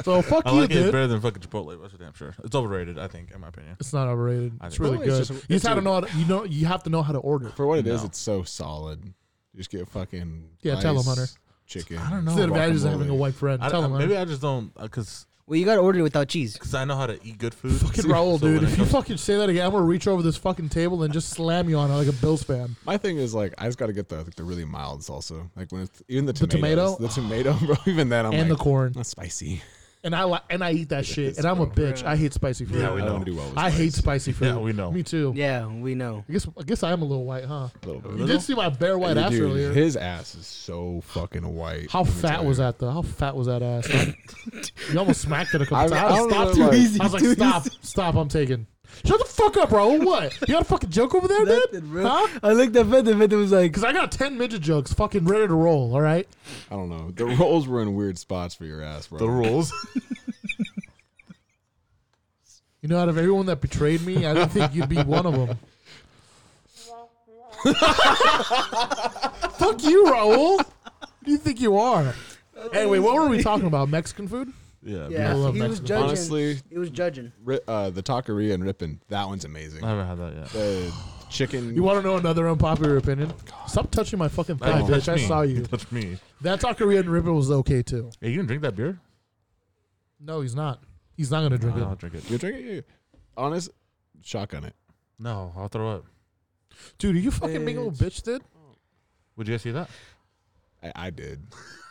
S3: so fuck
S2: I
S3: you,
S2: like it
S3: dude.
S2: better than fucking Chipotle. That's for damn sure. It's overrated, I think, in my opinion.
S3: It's not overrated. It's
S2: think-
S3: really
S4: Chipotle
S3: good.
S4: is just-
S3: you just
S4: it's
S3: have to
S4: a-
S3: know. How to, you know. You have to know how to order.
S4: for what it is,
S2: No.
S4: it's so solid. You just get fucking.
S3: Yeah, tell 'em,
S4: rice,
S3: Hunter.
S4: Chicken.
S2: I don't
S3: It's
S2: know.
S3: the advantages of
S4: guacamole.
S3: having a white friend.
S2: I,
S3: Tell
S2: I,
S3: him,
S2: maybe
S3: man.
S2: I just don't because
S1: Well, you gotta order it without cheese.
S2: because I know how to eat good food.
S3: Fucking Raul,
S2: [laughs] So
S3: dude.
S2: when it
S3: If you
S2: comes-
S3: fucking say that again, I'm gonna reach over this fucking table and just slam you on it like a Bills fan.
S4: My thing is like I just got to get the like, the really mild salsa, like when it's even the
S3: The tomato?
S4: tomatoes, the tomato, [laughs] bro. Even then, I'm
S3: and
S4: like,
S3: the corn.
S4: That's spicy.
S3: And I li- and I eat that shit. And I'm a bitch. I hate spicy food.
S2: Yeah, we
S4: I
S2: know.
S4: don't do well. With
S3: I
S4: spice.
S3: hate spicy food.
S2: Yeah, we know.
S3: Me too.
S1: Yeah, we know.
S3: I guess I guess I am a little white, huh?
S4: A little bit.
S3: You did see my bare white ass
S4: Dude,
S3: earlier.
S4: His ass is so fucking white.
S3: How
S4: let me
S3: fat
S4: tell
S3: was
S4: you.
S3: that though? How fat was that
S4: [laughs]
S3: ass? you almost smacked it a couple
S4: I-
S3: times.
S4: I
S3: I,
S4: don't
S3: stopped
S4: know,
S3: you.
S4: like-
S3: I was like, [laughs] stop, stop. I'm taking. Shut the fuck up, bro. What? You got a fucking joke over there,
S1: Nothing,
S3: dude?
S1: bro.
S3: [laughs] Huh?
S1: I looked at Fed and Fed was like,
S3: Because I got 10 midget jokes fucking ready to roll, all right?
S4: I don't know. The rolls were in weird spots for your ass, bro.
S2: The
S3: [laughs]
S2: rules.
S3: You know, out of everyone that betrayed me, I didn't think you'd be one of them. [laughs] Fuck you, Raul. Who do you think you are? Anyway, what were we talking about? Mexican food?
S2: yeah.
S1: yeah,
S3: I love
S1: he was
S3: Mexican.
S1: judging.
S4: Honestly-
S1: he was judging.
S4: Ri- uh, the taqueria and rippin. That one's amazing.
S2: I haven't had that yet.
S4: The chicken.
S3: You want to know another unpopular opinion? Stop touching my fucking thigh,
S2: Hey,
S3: bitch. I
S2: me.
S3: saw
S2: [laughs]
S3: you.
S2: touched me.
S3: That taqueria and ribbon was okay, too.
S2: Hey, you didn't drink that beer?
S3: No, he's not. He's not going to drink
S2: No, I'll
S3: it.
S2: drink it.
S4: You drink it? Yeah. Honest, shotgun it.
S2: No, I'll throw up.
S3: Dude, are you fucking being a little bitch, dude?
S2: Would you guys see that?
S4: I,
S3: [laughs]
S4: I did.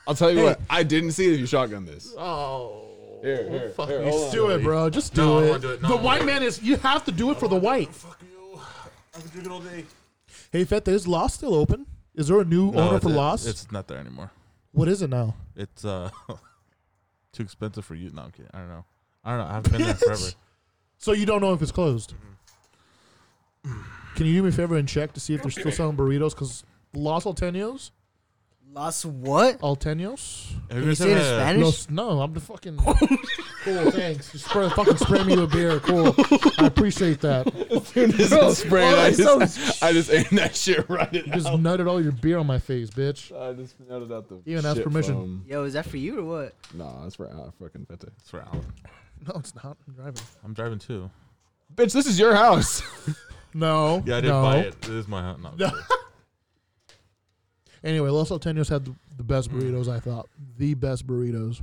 S4: I'll tell you what. I didn't see if you shotgun this.
S3: Oh.
S4: Here, here,
S2: fuck
S4: here,
S2: you,
S4: hold on.
S3: Just do it, bro. Just do
S2: No, I don't
S3: it.
S2: wanna do it. No, I
S3: the
S2: don't
S3: white
S2: wanna
S3: man is, you have to do it for the white.
S2: Fuck you. I can drink it all day.
S3: Hey, Fett, is Lost still open? Is there a new owner for Lost?
S2: It's not there anymore.
S3: what is it now?
S2: It's uh [laughs] too expensive for you. No, I'm kidding. I don't know. I don't know. I
S3: [laughs]
S2: haven't been there forever.
S3: So you don't know if it's closed. Can you do me a favor and check to see if they're still selling burritos? Because Los Alteños,
S1: Lost what?
S3: Alteños.
S2: Have
S1: you
S2: guys
S1: say it in
S2: had a-
S1: Spanish?
S3: Los, no, I'm the fucking. [laughs] cool, thanks. Just spray, fucking spray me a beer. Cool, I appreciate that. You
S4: [laughs] This is sprayed.
S1: oh,
S4: I
S1: it's
S4: just, I just aimed that shit right at
S3: [laughs] just nutted all your beer on my face, bitch.
S4: I just noted out the.
S3: Even ask
S4: shit
S3: permission.
S4: from-
S1: Yo, is that for you or what?
S4: Nah, that's for uh, fucking Fete.
S2: It's for Alan.
S3: No, it's not. I'm driving.
S2: I'm driving too.
S4: Bitch, this is your house.
S3: No.
S2: Yeah, I didn't
S3: no.
S2: buy it. It is my house. No.
S3: No. Anyway, Los Alteños had the, the best
S2: Mm.
S3: burritos. I thought the best burritos,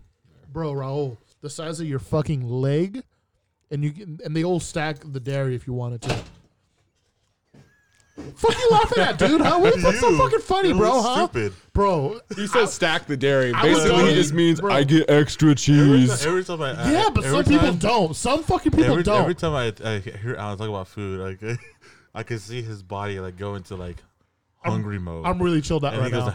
S3: bro. Raul, the size of your fucking leg, and you can, and they all stack the dairy if you wanted to. Fuck you laughing at, dude? Huh? What is that so
S2: You.
S3: fucking funny,
S2: It
S3: bro?
S2: was
S3: Huh?
S2: Stupid. [laughs]
S3: Bro,
S4: [laughs] He says stack the dairy.
S3: I was
S4: Basically,
S3: going-
S4: he just means
S3: Bro.
S4: I get extra
S2: Every,
S4: cheese.
S2: ti- every time I I-
S3: yeah, but some
S2: every
S3: people
S2: time-
S3: don't. Some fucking people
S2: every,
S3: don't.
S2: every time I, I hear Alan talk about food, like [laughs] I can see his body like go into like hungry mode.
S3: I'm really chilled out
S2: and
S3: right
S2: he goes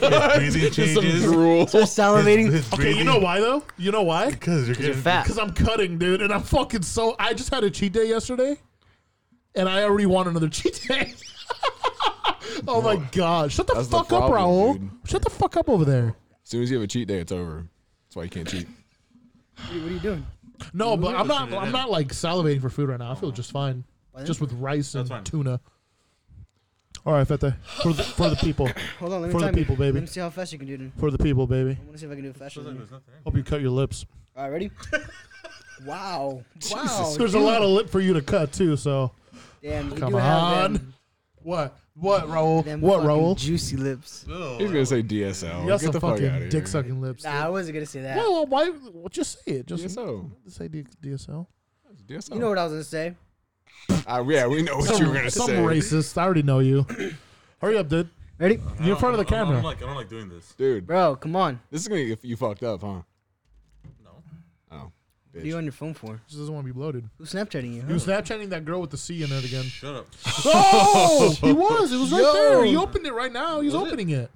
S3: now. [laughs]
S2: like, [laughs] his breathing
S4: Just some [laughs]
S2: changes.
S4: drool.
S1: Start salivating.
S2: [laughs] His, his
S3: okay, you know why though? You know why?
S2: Because you're,
S1: You're
S2: getting [laughs]
S1: fat.
S3: Because I'm cutting, dude, and I'm fucking so. I just had a cheat day yesterday, and I already want another [laughs] cheat day. oh my god! Shut the
S4: That's the
S3: fuck up, Raul!
S4: problem,
S3: Shut the fuck up over there.
S4: As soon as you have a cheat day, it's over. That's why you can't cheat.
S1: What are you- what are you doing?
S3: No, but I'm not.
S2: Listen to
S3: I'm
S2: him.
S3: not like salivating for food right now. I feel just fine,
S1: Why?
S3: just with rice and
S2: That's fine.
S3: tuna. All right, Fete, for the, for the people,
S1: Hold on, let me
S3: For the
S1: time you.
S3: people, baby.
S1: Let me see how fast you can do it.
S3: for the people, baby.
S1: I want to see if I can do it faster than you.
S3: Hope you cut your lips.
S1: All right, ready?
S3: [laughs]
S1: wow. Wow.
S3: There's a lot of lip for you to cut too. So
S1: Damn, you
S3: Come
S1: do have
S3: on.
S1: them,
S3: what? What, Raul?
S1: them
S3: What,
S1: fucking
S3: Raul?
S1: juicy lips.
S4: [laughs] He's gonna say DSL.
S3: You got
S4: Get
S3: some
S4: the fuck out
S3: fucking
S4: of
S3: dick
S4: here.
S3: sucking lips.
S1: Nah, I wasn't going to say that.
S3: Well, why? Well, just say it. Just
S4: DSO.
S3: say D- DSL.
S4: DSL.
S1: You know what I was going to say?
S4: Uh, yeah, we know what you were gonna
S3: some
S4: say,
S3: racist. I already know
S4: [coughs]
S3: you. Hurry up, dude.
S1: Ready?
S3: You're in front of the
S2: I don't
S3: camera.
S2: like. I don't like doing this.
S4: dude.
S1: Bro, come on.
S4: This is gonna get you fucked up, huh?
S2: No.
S4: Oh,
S1: What are you
S4: bitch.
S1: on your phone for?
S3: She doesn't want to be bloated.
S1: Who's Snapchatting you?
S3: He
S1: Huh?
S3: was Snapchatting that girl with the C in it
S4: [laughs]
S3: again.
S2: Shut up.
S3: Oh, he was. It was right
S4: Yo.
S3: there. He opened it right now. He's
S2: Was it?
S3: opening it.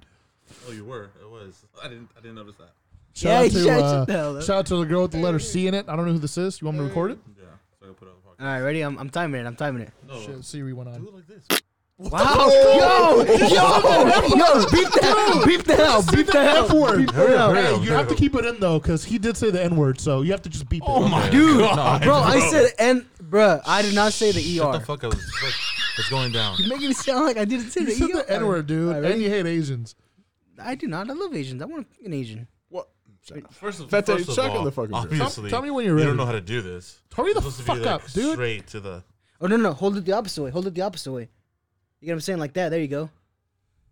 S2: Oh, you were. It was. I didn't. I didn't notice that.
S3: Shout
S1: Yeah,
S3: out
S1: he
S3: to
S1: shut
S3: uh,
S1: you down.
S3: shout out to the girl with the letter C in it. I don't know who this is. You want me to record it?
S2: Yeah. So I put it on the
S1: All right, ready? I'm, I'm timing it. I'm timing it.
S2: podcast. No.
S3: Shit, Siri went on.
S2: Do it like this.
S1: Wow! Yo! Yo! Yo! Beep the hell! Beep the hell! Beep the hell!
S3: word.
S1: Hurry up,
S2: hurry
S3: Hey,
S2: up,
S3: you
S2: hurry
S3: have to
S2: up.
S3: keep it in though, because he did say the N word, so you have to just beep it.
S4: Oh my
S1: Dude,
S2: [laughs]
S4: god,
S1: Bro, I said and bruh, I did not say the
S2: Shut the
S1: ER.
S2: fuck up. It's, it's going down.
S1: You're making it sound like I didn't say
S3: You
S1: the
S3: said
S1: ER.
S3: the N word, dude,
S1: Alright,
S3: and you hate Asians.
S1: I do not. I love Asians. I want an Asian.
S4: What?
S2: First of,
S4: Fete,
S2: first of
S4: check on
S2: all,
S4: the fucking grill.
S2: obviously,
S3: Tell- tell me when you're
S2: You
S3: ready.
S2: don't know how to do this.
S3: Hurry the
S2: It's supposed to
S3: fuck
S2: be like
S3: up, dude.
S2: straight to the.
S1: Oh no no! Hold it the opposite way. Hold it the opposite way. You get what I'm saying? Like that. There you go.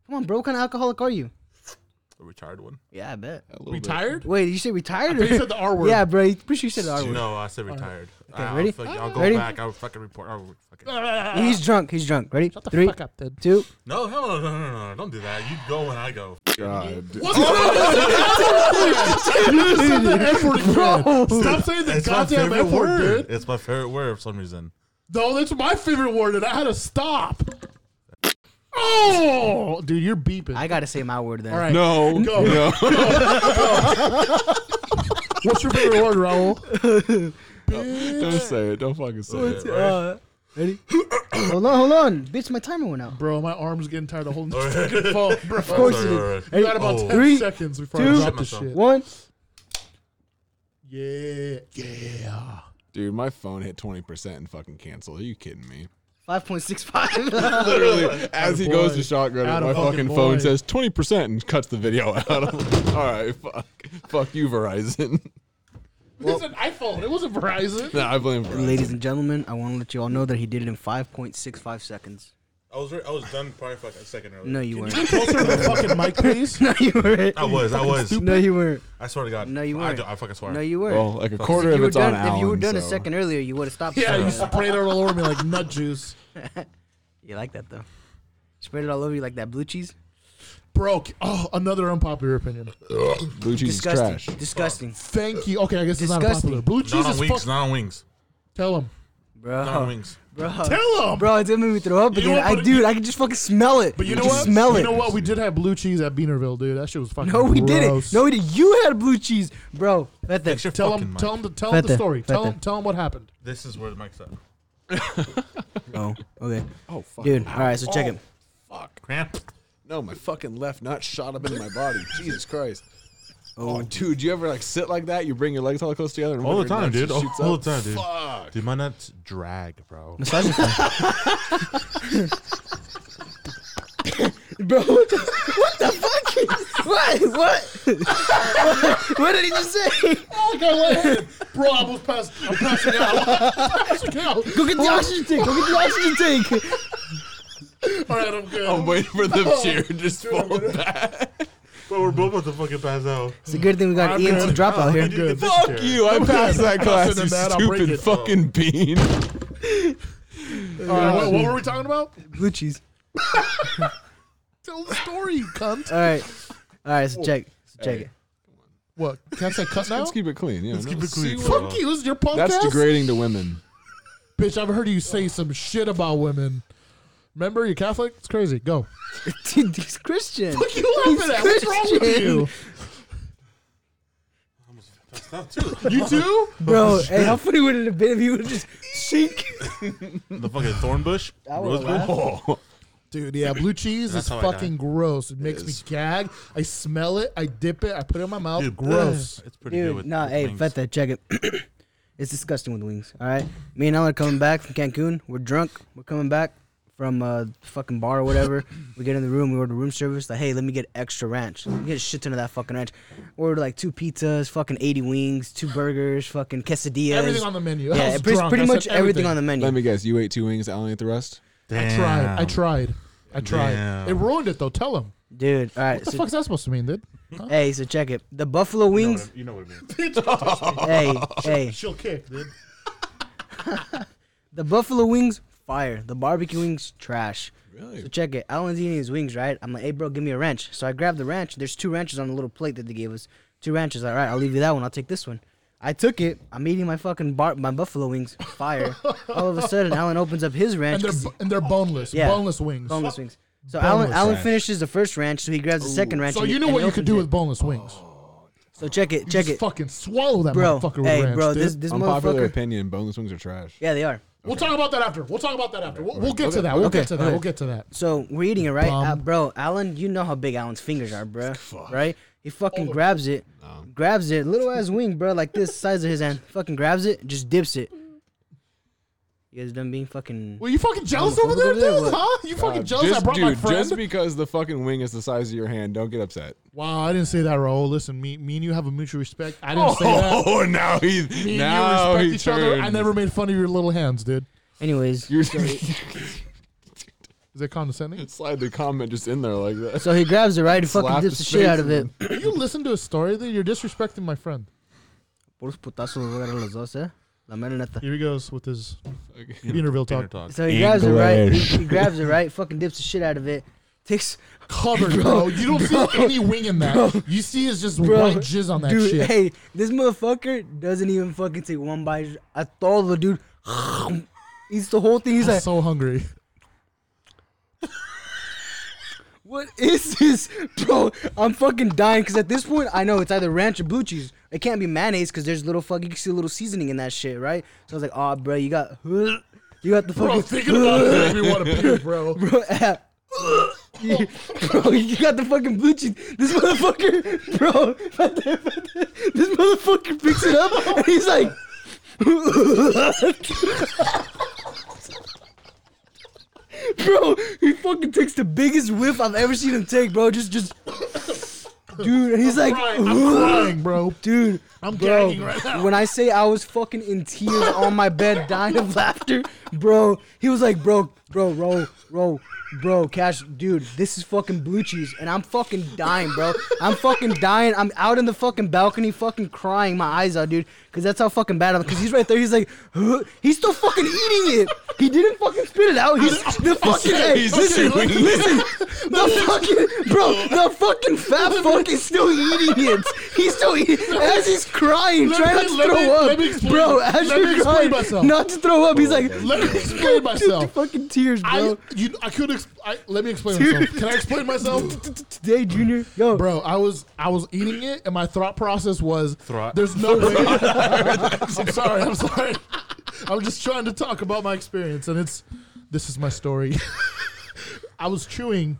S1: Come on, bro. What kind of alcoholic are you?
S2: the retired one.
S1: Yeah, I bet.
S4: A little bit.
S3: Retired?
S1: Wait, you say retired?
S3: He
S1: Or?
S3: said the R word.
S1: yeah, bro. you- Pretty sure you said the R word.
S2: No, I said retired. I'll,
S1: ready?
S2: fuck- I'll go
S1: Ready?
S2: back. I'll fucking report. I'll
S3: Uh.
S2: fucking.
S1: He's drunk. He's drunk. Ready?
S3: Shut the
S1: Three,
S3: fuck up, [laughs] dude.
S1: two.
S2: No, hell no, no, no, no, no. Don't do that. You go when I go.
S4: God, dude.
S3: You just said the
S1: [laughs]
S3: N word again. Stop saying the
S2: It's my
S3: goddamn
S2: favorite
S3: N word,
S2: word.
S3: dude.
S2: It's my favorite word for some reason.
S3: No, that's my favorite word, and I had to stop. Oh, dude, you're beeping.
S1: [laughs] I gotta say my word then. [laughs]
S3: All right.
S2: [laughs]
S4: No,
S3: Go.
S4: no.
S1: [laughs]
S3: What's your favorite word, Raul?
S4: Don't say it. Don't fucking say it.
S1: Uh, ready? hold on, hold on, bitch. My timer went out.
S3: Bro, my arm's getting tired of holding this fucking phone, bro. Of
S1: course it is.
S3: You got about
S2: Oh.
S3: 10
S1: Three,
S3: seconds before
S1: two,
S3: I drop this shit.
S1: [laughs] One.
S3: Yeah. Yeah.
S4: Dude, my phone hit 20% and fucking canceled. Are you kidding me?
S1: Five point six five.
S4: Literally, as he goes
S3: boy.
S4: to shotgun, it,
S3: Atta
S4: my
S3: fucking
S4: fucking
S3: boy.
S4: phone says 20% and cuts the video out. [laughs] I'm like, All right, fuck. Fuck you, Verizon. [laughs]
S3: It's an iPhone. It wasn't [laughs] Verizon.
S4: nah, I blame Verizon.
S1: Ladies and gentlemen, I want to let you all know that he did it in five point six five seconds.
S2: I was re- I was done probably for like a second earlier.
S1: No, you weren't.
S3: Closer to the fucking mic, please.
S1: [laughs] no, you weren't.
S2: I was. I was.
S1: No, you weren't.
S2: I swear to God.
S1: No, you
S2: I
S1: weren't.
S2: do- I, fucking swear.
S1: No, you weren't.
S4: Well, like a
S2: Fuck.
S4: quarter
S1: if
S4: of
S1: you were
S4: it's on
S1: done,
S4: Alan.
S1: if you were done a
S4: so-
S1: second earlier, you would have stopped.
S3: [laughs] Yeah, you
S1: somewhere.
S3: sprayed it all over me like nut juice.
S1: you like that though. Spread it all over you like that blue cheese.
S3: Bro, c- oh, another unpopular opinion.
S4: [laughs] Blue cheese is
S1: Disgusting.
S4: trash.
S1: Disgusting,
S3: Thank you. Okay, I guess it's not
S1: Disgusting.
S3: unpopular. Blue cheese
S2: Not on
S3: is
S2: wings.
S3: fuck-
S2: Not on wings.
S3: Tell him.
S1: bro.
S2: Not on wings.
S1: Bro,
S3: Tell him.
S1: bro, it's gonna make me throw up
S3: You know
S1: again.
S3: what,
S1: I,
S3: but-
S1: dude, I can just fucking smell it.
S3: But
S1: I
S3: you know
S1: can
S3: what?
S1: Smell it.
S3: You know what? We did have blue cheese at Beanerville, dude. That shit was fucking.
S1: No, we
S3: gross.
S1: didn't. No, we did. You had blue cheese, bro. Right there.
S2: Fix your
S3: Tell
S2: fucking
S3: him.
S2: mic.
S3: Tell him. The, tell him the
S1: Fete,
S3: story. Tell
S1: fete.
S3: him. Tell him what
S2: [laughs]
S3: happened.
S2: This is where the mic's at.
S1: Oh, okay,
S4: Oh, fuck.
S1: dude. All right, so
S3: Oh.
S1: check it.
S4: Fuck.
S2: Cramp.
S4: No, my fucking left nut shot up into my
S1: [laughs]
S4: body. Jesus Christ. Oh, dude, you ever like sit like that? You bring your legs all close together and
S2: All
S4: one
S2: the
S4: of your
S2: time,
S4: nuts
S2: dude.
S4: just
S2: All,
S4: shoots
S2: all
S4: up?
S2: the time, dude.
S4: Fuck.
S2: Dude, my nuts drag, bro.
S1: Massage it. [laughs] Bro, what the, what the fuck? What? What? what? [laughs] What did he just say?
S3: Oh, God, what happened? Bro, I was pass- I'm passing out. [laughs] I'm passing
S2: [laughs]
S3: out.
S1: Go get the oxygen tank. Go get the oxygen tank.
S3: All right, I'm
S2: Oh,
S3: good.
S4: I'm waiting for [laughs] the cheer to just fall back.
S2: [laughs] Bro, we're both about to fucking pass out.
S1: It's a good thing we got an
S3: I'm
S1: EMT
S3: good.
S1: dropout here.
S3: Good.
S4: Fuck you. I passed that
S3: I'm not
S4: class,
S3: sitting
S4: you
S3: in that, I'll break it.
S4: stupid fucking [laughs] bean.
S3: All right, what, what were we talking about?
S1: Blue cheese.
S3: Tell the story, you cunt.
S1: All right, all right. So check, so check it.
S3: What? Can I say cut now?
S4: Let's keep it clean. Yeah,
S2: Let's
S4: no,
S2: keep it
S4: see
S2: clean.
S4: what-
S3: Fuck you. This is your podcast.
S4: That's degrading to women.
S3: Bitch, I've heard you say some shit about women. Remember, you're Catholic? It's crazy. [laughs] Go.
S1: [laughs] Dude, he's Christian.
S3: Fuck you laughing at? What's wrong with you? You too?
S1: Bro, hey, how funny would it have been if he would have just sink?
S2: The fucking thorn bush. Rose bush.
S4: Oh,
S3: Dude, yeah, blue cheese
S2: That's
S3: is
S2: how I die.
S3: fucking gross. It makes me gag. I smell it. I dip it. I put it in my mouth.
S2: [laughs] Dude,
S3: gross.
S2: It's pretty good
S1: Dude,
S2: with
S1: nah,
S2: with
S1: hey,
S2: wings.
S1: Feta, check it. [clears throat] it's disgusting with wings, all right? Me and Ellen are coming back from Cancun. We're drunk. We're coming back from uh, fucking bar or whatever. we get in the room. We order room service. Like, hey, let me get extra ranch. Let me get a shit ton of that fucking ranch. Order like two pizzas, fucking 80 wings, two burgers, fucking quesadillas.
S3: Everything on the menu. I
S1: yeah,
S3: was
S1: pretty,
S3: drunk.
S1: pretty
S3: I said
S1: much everything on the
S4: Let
S1: menu.
S4: me guess. You ate two wings. Alan ate the rest.
S3: I tried. I tried. I tried.
S2: Damn.
S3: It ruined it though. Tell him.
S1: Dude, all right.
S3: What the
S1: So,
S3: fuck's that supposed to mean, dude? Huh?
S1: hey, so check it. The buffalo wings.
S2: You know what I mean.
S1: hey, hey.
S3: She'll kick, dude.
S1: The buffalo wings, fire. The barbecue wings, trash. So
S4: Really?
S1: check it. Alan's eating his wings, right? I'm like, hey, bro, give me a ranch. So I grabbed the ranch. There's two ranches on the little plate that they gave us. Two ranches. All right, I'll leave you that one. I'll take this one. I took it. I'm eating my fucking bar- my buffalo wings.
S3: [laughs]
S1: Fire. All of a sudden, Alan opens up his ranch.
S3: And
S1: 'cause
S3: they're and they're boneless.
S1: Yeah.
S3: Boneless wings.
S1: boneless wings. So Alan,
S3: Boneless
S1: Alan
S4: ranch.
S1: finishes the first ranch, so he grabs the second ranch.
S3: So
S1: and he-
S3: you knew
S1: and
S3: what
S1: he
S3: you could
S1: opens
S3: do
S1: it.
S3: with boneless wings.
S1: So check it,
S3: You
S1: check
S3: just
S1: it,
S3: fucking swallow that
S1: bro.
S3: motherfucker with
S1: Hey,
S3: ranch,
S1: bro,
S3: dude.
S1: this this
S4: Unpopular
S1: motherfucker.
S4: opinion: boneless wings are trash.
S1: Yeah, they are.
S3: We'll talk about that after. We'll talk about that after. We'll, we'll get to
S4: Okay.
S3: that. We'll
S1: Okay.
S3: get to that.
S1: Okay.
S3: We'll get to that.
S1: So we're eating it, right,
S3: Bum.
S1: Uh, bro? Alan, you know how big Alan's fingers are, bro. Right? He fucking grabs it, grabs it, little ass wing, bro, like this size of his hand. Fucking grabs it, just dips it. You guys done being fucking?
S3: Were you fucking jealous
S1: Motherfucker,
S3: over there,
S1: look at
S3: dude?
S1: that.
S3: Huh? You fucking
S4: Uh,
S3: jealous?
S4: just,
S3: I brought
S4: dude,
S3: my friend.
S4: just because the fucking wing is the size of your hand, don't get upset.
S3: wow, I didn't say that, Raul. Listen, me, me and you have a mutual respect. I didn't say
S4: [laughs]
S3: that.
S4: Oh, now he
S3: Me and you
S4: now
S3: respect
S4: he
S3: each other. I
S4: turns.
S3: never made fun of your little hands, dude.
S1: Anyways,
S3: [laughs]
S4: You're
S3: Is that condescending?
S4: [laughs] slide the comment just in there like that.
S1: so he grabs it, right? He fucking
S4: Slap
S1: dips the
S4: his
S1: shit
S4: face
S1: out of it.
S4: in
S3: Can you listen to a story that you're disrespecting my friend?
S1: Puros putazos los voy a dar a los dos, eh? La mera neta.
S4: [laughs]
S3: Here he goes with his
S4: Okay.
S3: Beanerville
S2: Dinner
S3: talk.
S2: talk.
S1: So he grabs it, right?
S4: English.
S1: He, he grabs it, right? Fucking dips the shit out of it. Takes [laughs]
S3: Covered, bro. You don't see any wing in that. You see is just
S1: Bro,
S3: white jizz on that
S1: dude,
S3: shit.
S1: hey, this motherfucker doesn't even fucking take one bite. I thought the dude [laughs] eats the whole thing. He's
S3: I'm
S1: like, [laughs]
S3: so hungry.
S1: what is this, bro? I'm fucking dying because at this point, I know it's either ranch or blue cheese. It can't be mayonnaise because there's little fuck. You can see a little seasoning in that shit, right? So I was like, oh, bro, you got, [laughs] you got the
S3: Bro,
S1: fucking,
S3: thinking about it makes
S1: [laughs]
S3: me want to puke, bro.
S1: bro, ah, you, bro, you got the fucking blue cheese. This motherfucker, [laughs] bro, this motherfucker picks it up and he's like. [laughs] bro, he fucking takes the biggest whiff I've ever seen him take, bro. Just,
S3: [coughs]
S1: just, dude. And he's like,
S3: Crying, I'm
S1: [laughs]
S3: crying, bro.
S1: dude.
S3: I'm
S1: Bro,
S3: gagging right now.
S1: when I say I was fucking in tears on my bed, dying
S3: [laughs]
S1: of laughter, bro, he was like, bro, bro, bro, bro, bro, Cash, dude, this is fucking blue cheese, and I'm fucking dying, bro. I'm fucking dying. I'm out in the fucking balcony, fucking crying my eyes out, dude, because that's how fucking bad I'm. Because he's right there. He's like, huh? he's still fucking eating it. He didn't fucking spit it out. He's
S3: [laughs]
S1: the fucking. hey,
S2: he's
S1: listen,
S2: chewing it.
S1: listen, the fucking bro, the fucking fat fuck is still eating it. He's still eating as he's crying,
S3: Let
S1: trying
S3: me-
S1: not to
S3: let
S1: throw
S3: me-
S1: up,
S3: let me explain-
S1: bro. As
S3: let me
S1: you're
S3: explain
S1: crying,
S3: myself.
S1: not to throw up, he's like,
S3: Let me explain
S1: dude,
S3: myself.
S1: fucking tears,
S3: I
S1: bro.
S3: you I could ex- I, let me explain myself. Can I explain myself?
S1: Today, Junior, yo,
S3: Bro, I was I was eating it and my thought process was
S2: Throt.
S3: there's no way [laughs] I'm sorry, I'm sorry. I'm just trying to talk about my experience and it's this is my story. [laughs] I was chewing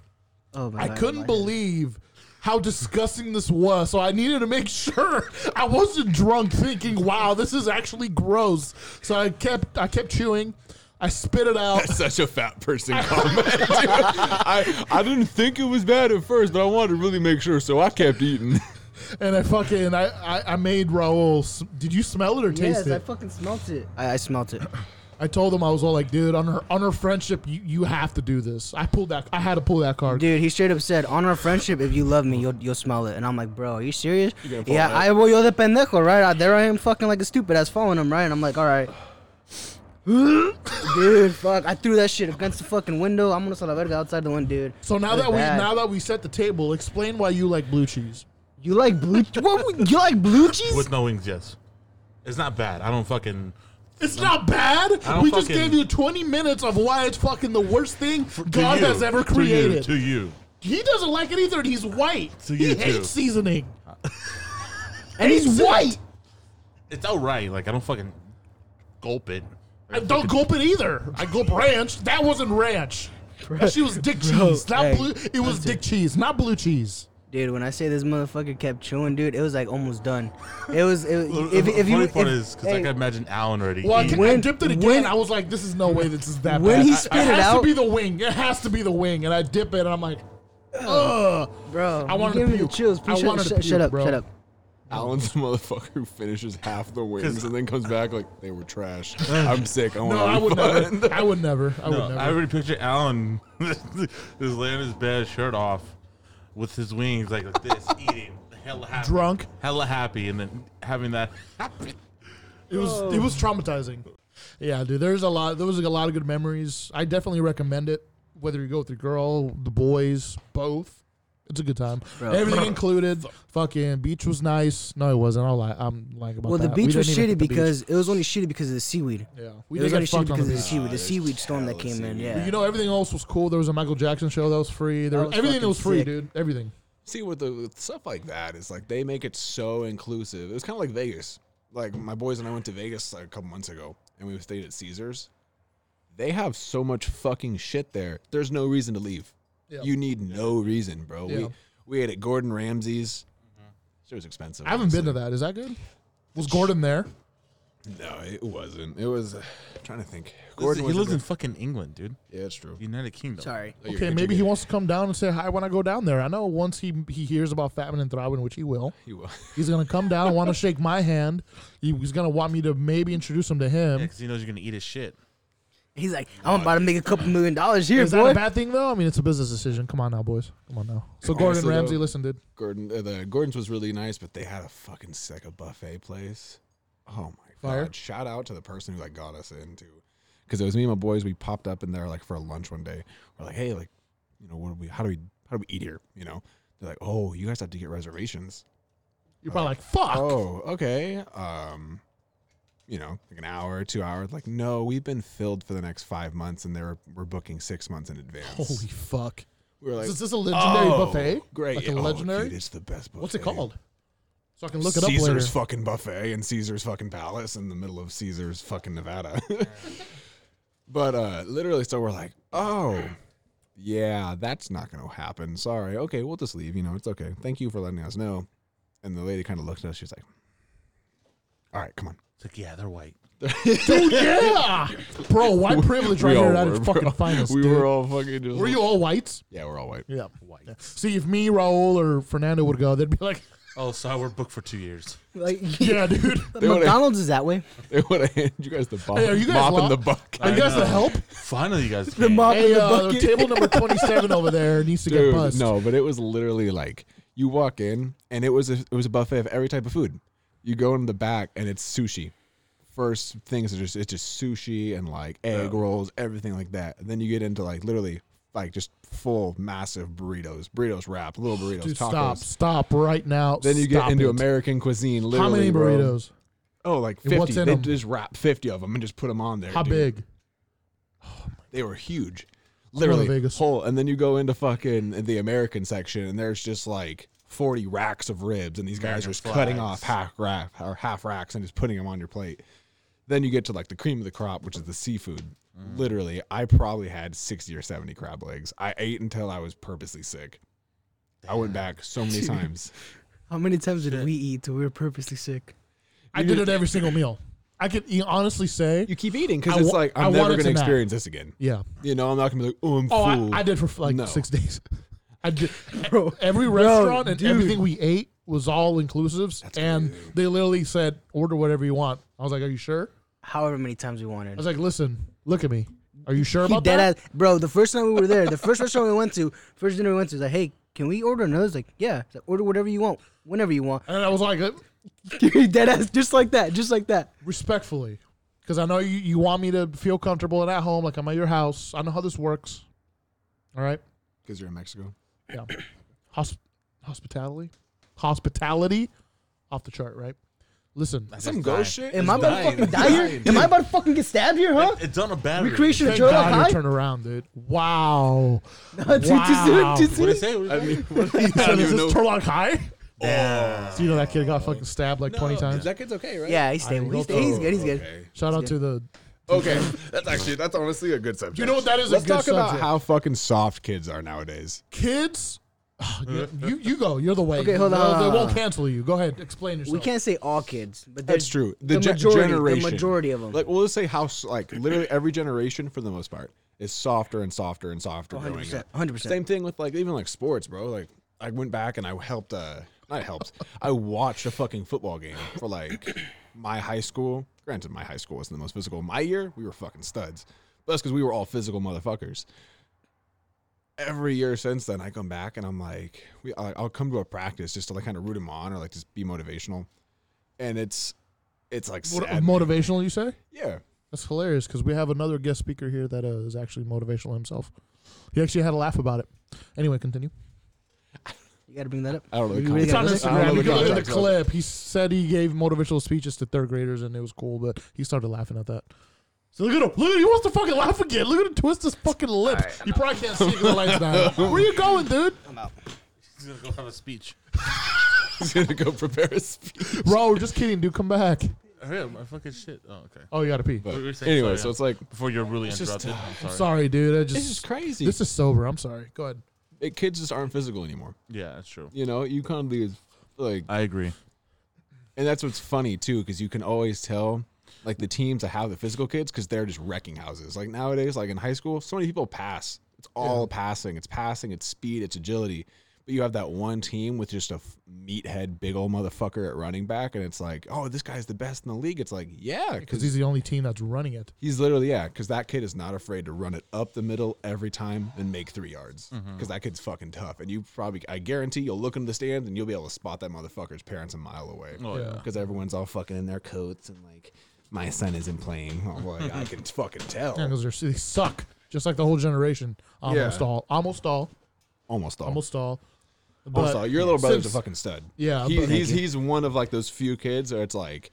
S1: Oh my
S3: I
S1: God,
S3: couldn't
S1: my-
S3: believe how disgusting this was, so I needed to make [laughs] sure I wasn't drunk thinking, "Wow, this is actually gross." So I kept, I kept chewing. I spit
S1: [laughs]
S3: it out.
S2: Such a
S3: [laughs]
S2: fat person.
S4: I, I didn't think it was bad at first, but I wanted to really make sure, so I kept eating. [laughs]
S3: and I fucking I, I, I made Raul. s- Did you smell it or
S1: Yes,
S3: taste
S1: I
S3: it?
S1: fucking smelt it. I, I smelt it. [clears throat]
S3: I told him I was all like, dude, on our on our friendship, you, you have to do this. I pulled that. I had to pull that card.
S1: Dude, he straight up said, "On our friendship, if you love me, you'll you'll smell it." And I'm like, "Bro, are you serious?"
S4: gonna follow
S1: Yeah,
S4: that?
S1: I well, yo, the pendejo, right? I, there I am, fucking like a stupid ass, following him, right? And I'm like, "All right." dude, fuck! I threw that shit against the fucking window. I'm gonna la verga outside the window, dude.
S3: So now
S1: It was
S3: that we
S1: bad.
S3: now that we set the table, explain why you like blue cheese.
S1: you like blue, [laughs] what, we- you like blue cheese?
S2: With no wings, yes. It's not bad. I don't fucking.
S3: It's not bad.
S2: don't
S3: We just
S2: fucking-
S3: gave you 20 minutes of why it's fucking the worst thing
S2: to
S3: God
S2: you,
S3: has ever
S2: to you,
S3: created.
S2: To you.
S3: He doesn't like it either, and he's white.
S2: To
S3: he
S2: you,
S3: hates
S2: too. [laughs]
S3: seasoning.
S1: and he's
S3: Hates it.
S1: white.
S2: It's alright. Like, I don't fucking gulp it.
S3: I don't gulp it either. I gulp ranch. That wasn't ranch. That shit was dick cheese. Not
S1: hey,
S3: blue. It was dick cheese, not blue cheese.
S1: Dude, when I say this motherfucker kept chewing, dude, it was like almost done. It was. [laughs] It, if, if
S2: the
S1: you,
S2: funny part
S1: if-
S2: is, because I
S1: hey,
S2: can imagine Alan already.
S3: Well, I,
S2: eating.
S3: di- I
S1: When-
S3: dipped it again.
S1: when-
S3: I was like, this is no way this is that
S1: When
S3: bad.
S1: he
S3: I-
S1: spit
S3: it
S1: it
S3: has
S1: out-
S3: to be the wing. It has to be the wing. And I dip it, and I'm like, ugh.
S1: bro,
S3: I
S1: you
S3: wanted to
S1: gave me the
S3: puke.
S1: chills.
S3: I
S1: Please shut,
S3: wanted to
S1: shut, shut
S3: puke,
S1: up,
S3: bro.
S1: shut up.
S4: Alan's the motherfucker who finishes half the wings and then comes back like they were trash.
S3: [sighs]
S4: I'm sick. I want
S3: No,
S4: to
S3: I would
S4: [laughs]
S3: never. I would never. I would
S2: No, I
S3: never.
S2: already picture Alan [laughs] is laying in his bed, shirt off, with his wings like, like this, eating, hella happy,
S3: Drunk.
S2: hella happy, and then having that.
S3: It was it was traumatizing. Yeah, dude. There's a lot. There was a lot of good memories. I definitely recommend it. Whether you go with your girl, the boys, both, it's a good time.
S1: [laughs]
S3: Everything included. Fucking beach was nice. No, it wasn't. I'll lie. I'm lying about
S1: Well,
S3: that.
S1: the
S3: We
S1: beach was
S3: didn't even
S1: shitty
S3: hit the beach.
S1: because it was only shitty because of the seaweed.
S3: yeah, we
S1: it was
S3: did
S1: only
S3: get
S1: shitty
S3: fucked on
S1: because
S3: the
S1: of the
S3: beach.
S1: seaweed. The seaweed storm that
S4: hella
S1: came in.
S4: seaweed.
S1: Yeah.
S3: You know, everything else was cool. There was a Michael Jackson show that was free.
S1: That
S3: There was,
S1: was
S3: everything that
S1: fucking
S3: was free,
S1: sick.
S3: dude. Everything.
S4: See with the with stuff like that, it's like they make it so inclusive. It was kind of like Vegas. Like my boys and I went to Vegas like a couple months ago, and we stayed at Caesars. They have so much fucking shit there. There's no reason to leave.
S3: Yeah.
S4: You need no reason, bro.
S3: Yeah.
S4: We we ate at Gordon Ramsay's. It was expensive.
S3: I haven't been to that. Is that good? Was Gordon there?
S4: No, it wasn't. It was. Uh, I'm trying to think.
S2: Gordon, he
S4: was
S2: lives
S4: a-
S2: in fucking England, dude.
S4: Yeah, it's true.
S2: United Kingdom.
S1: Sorry.
S4: Oh, you're
S3: Okay,
S4: good,
S3: maybe he
S4: you're
S3: wants to come down and say hi when I go down there. I know once he he hears about Fatman and Thriving, which he will,
S4: good. He will.
S3: he's gonna come down and want to shake my hand. He, he's gonna want me to maybe introduce him to him.
S2: because he knows you're gonna eat his shit.
S1: He's like, I'm about to make a couple million dollars here,
S3: Is that
S1: boy.
S3: a bad thing though? I mean, it's a business decision. Come on now, boys. Come on now. So Gordon
S4: Honestly,
S3: Ramsay,
S4: though-
S3: listen, dude.
S4: [laughs] Gordon, uh, the Gordon's was really nice, but they had a fucking sick a buffet place. Oh my
S3: Fire.
S4: god! Shout out to the person who like got us into, because it was me and my boys. We popped up in there like for lunch one day. We're like, hey, like, you know, what do we? How do we? How do we eat here? You know, they're like, oh, you guys have to get reservations.
S3: You're probably like, fuck.
S4: Oh, okay. Um, you know, like an hour, two hours. Like, no, we've been filled for the next five months, and they're we're booking six months in advance.
S3: Holy fuck.
S4: we were like,
S3: is this a legendary
S2: oh,
S3: buffet?
S4: great,
S3: Like a
S4: Oh, dude,
S3: legendary.
S4: it's the best. Buffet.
S3: What's it called? so I can look it up
S4: Caesar's
S3: later.
S4: fucking buffet and Caesar's fucking palace in the middle of Caesar's fucking Nevada. [laughs] but uh literally so we're like, "Oh, yeah, that's not going to happen. Sorry. Okay, we'll just leave, you know. It's okay. Thank you for letting us know." And the lady kind of looked at us. She's like, "All right, come on."
S2: It's like, yeah, they're white.
S3: Dude,
S4: [laughs]
S3: yeah, bro, white privilege right
S4: We all
S3: here at
S4: were,
S3: its
S4: bro.
S3: fucking finest.
S4: we
S3: dude.
S4: were all fucking just
S3: Were you all whites?
S4: Yeah, we're all white.
S3: Yeah, white. See, if me, Raul, or Fernando would go, they'd be like, [laughs]
S2: Oh, so we're booked for two years.
S1: [laughs] Like
S3: "Yeah,
S4: [laughs]
S3: dude,
S4: They
S1: [laughs]
S4: would've-
S1: McDonald's is that way.
S4: They would have handed you guys the bop,
S3: Hey, are you guys
S4: mop
S3: lo-
S4: and the buck.
S3: are you guys the
S2: know.
S3: help?"
S2: Finally, you guys.
S1: The
S2: came.
S1: mop
S3: Hey,
S1: in the
S3: uh,
S1: bucket.
S3: table
S1: [laughs]
S3: number twenty-seven over there needs to get
S4: Dude,
S3: bussed.
S4: no, but it was literally like you walk in and it was a, it was a buffet of every type of food. You go in the back and it's sushi. First things are just it's just sushi and like egg rolls, everything like that. And then you get into like literally like just full massive burritos, burritos wrapped, little burritos,
S3: dude,
S4: tacos.
S3: stop, stop right now.
S4: Then you get
S3: Stop
S4: into
S3: it.
S4: American cuisine. Literally,
S3: How many
S4: bro.
S3: burritos?
S4: Oh, like
S3: And
S4: fifty.
S3: what's in
S4: they
S3: 'em?
S4: just wrap fifty of them and just put them on there.
S3: How
S4: dude.
S3: big?
S4: They were huge. Literally
S3: Vegas.
S4: whole. And then you go into fucking the American section and there's just like 40 racks of ribs and these guys are just cutting off half rack or half racks and just putting them on your plate. Then you get to like the cream of the crop, which is the seafood. Literally, I probably had 60 or 70 crab legs. I ate until I was purposely sick. I went back so [laughs] many times.
S1: How many times did we eat till we were purposely sick?
S3: I did it every single meal. I could e- honestly say,
S4: You keep eating
S3: I
S4: because it's
S3: wa-
S4: like
S3: I
S4: I'm never
S3: wanted
S4: going
S3: to
S4: to
S3: not.
S4: experience this again.
S3: yeah.
S4: You know, I'm not going to be like, oh, I'm
S3: Oh,
S4: full.
S3: I, I did for f- like
S4: No.
S3: six days. I
S4: [laughs]
S3: did e,
S1: Bro,
S3: every restaurant and
S1: dude.
S3: everything we ate was all inclusives, and they literally said order whatever you want. I was like, "Are you sure?"
S1: However many times we
S3: I
S1: wanted.
S3: was like, "Listen, look at me. Are you sure
S1: He
S3: about
S1: dead
S3: that?"
S1: ass, bro. The first time we were there, the first restaurant we went to, first dinner we went to, was like, hey, can we order another? It's like, yeah, It's like, order whatever you want, whenever you
S4: [laughs]
S1: want.
S3: and I was like, uh,
S1: dead ass, just like that, just like that.
S3: "Respectfully, because I know you, you want me to feel comfortable and at home, like I'm at your house. I know how this works. All right,
S4: Because you're in Mexico.
S3: yeah. Hosp- hospitality, hospitality, off the chart, right? Listen,
S4: Some ghost shit.
S1: Am
S4: is
S1: I about
S4: dying.
S1: to fucking die here? Am I about to fucking get stabbed here, huh?
S2: It's on a battery.
S1: Recreation of
S3: thank
S1: Joe like
S3: God
S1: high? [laughs]
S3: you turned around, dude. [laughs] Wow.
S1: Too- too
S3: Wow.
S1: soon, too
S2: What
S1: soon.
S2: did it say? What did it
S3: [laughs]
S2: say?
S3: So is this Turlock High? So you know that kid got fucking stabbed like 20
S4: [laughs]
S3: times.
S4: That kid's okay, right?
S1: Yeah, he's stable. He's, sta- he's good. He's good.
S4: Okay.
S3: Shout out to the.
S4: Okay, [laughs] that's actually that's honestly a good subject.
S3: You know what? That is
S4: Let's
S3: a good
S4: talk about
S3: subject.
S4: how fucking soft kids are nowadays.
S3: kids. [sighs] you, you you go. You're the way.
S1: Okay, hold
S3: They'll-
S1: on, hold on,
S3: They won't
S1: hold on.
S3: cancel you. Go ahead. Explain yourself.
S1: We can't say all kids, but
S4: That's
S1: there's
S4: true.
S1: The,
S4: The, ge-
S1: majority,
S4: generation,
S1: the majority of them.
S4: Like we'll just say how s- like literally every generation for the most part is softer and softer and softer. growing
S1: Oh, 100%,
S4: up.
S1: 100%.
S4: Same thing with like even like sports, bro. Like I went back and I helped. uh Not helped. I watched a fucking football game for like my high school. Granted, my high school wasn't the most physical. My year, we were fucking studs. That's because we were all physical motherfuckers. every year since then, I come back and I'm like, we, I- I'll come to a practice just to like kind of root him on or like just be motivational. And it's, it's like
S3: What-
S4: sad.
S3: motivational, you say?
S4: yeah.
S3: That's hilarious because we have another guest speaker here that uh, is actually motivational himself. He actually had a laugh about it. Anyway, continue.
S1: You gotta bring that up.
S4: I don't know.
S1: You
S4: the
S1: really
S3: It's on
S1: gotta
S4: context. I
S3: Instagram.
S4: don't know
S3: You
S4: the
S3: can look at
S4: context
S3: the
S4: of-
S3: clip. He said he gave motivational speeches to third graders and it was cool, but he started laughing at that. So look at him. Look at him. He wants to fucking laugh again. Look at him twist his fucking lips. you probably can't see 'cause the lights down. [laughs] Where you going, dude?
S2: He's gonna go have a speech.
S4: He's going to [laughs] go prepare a speech.
S3: Bro, we're just kidding, dude. Come back.
S2: I heard my fucking shit. Oh, okay.
S3: Oh, you gotta pee.
S4: But
S2: What were you saying?
S4: anyway,
S2: Sorry,
S4: so
S2: yeah.
S4: it's like,
S2: Before you're really
S4: It's just,
S2: interrupted.
S4: uh,
S2: I'm sorry.
S3: Sorry, dude. I just
S4: this is crazy.
S3: This is sober. I'm sorry. Go ahead.
S4: it, kids just aren't physical anymore.
S2: Yeah, that's true.
S4: You know, you kind of leave, like,
S2: I agree.
S4: and that's what's funny too, because you can always tell. Like the teams that have the physical kids, because they're just wrecking houses. Like nowadays, like in high school, so many people pass. It's all passing. It's passing. It's speed. It's agility. But you have that one team with just a f- meathead, big old motherfucker at running back, and it's like, oh, this guy's the best in the league. It's like, yeah,
S3: Because
S4: because
S3: he's the only team that's running it.
S4: he's literally yeah, because that kid is not afraid to run it up the middle every time and make three yards. Because
S3: Mm-hmm.
S4: that kid's fucking tough, and you probably, I guarantee, you'll look into the stands and you'll be able to spot that motherfucker's parents a mile away
S2: Oh yeah.
S4: because everyone's all fucking in their coats and like my son isn't playing. I'm like
S3: [laughs]
S4: I can fucking tell.
S3: Yeah, because they suck. Just like the whole generation. Almost
S4: Yeah.
S3: all. Almost all.
S4: almost all. Almost,
S3: Almost all. But
S4: all. Your
S3: [laughs]
S4: little brother's
S3: since-
S4: a fucking stud.
S3: Yeah,
S4: He,
S3: but-
S4: he's he's one of like those few kids where it's like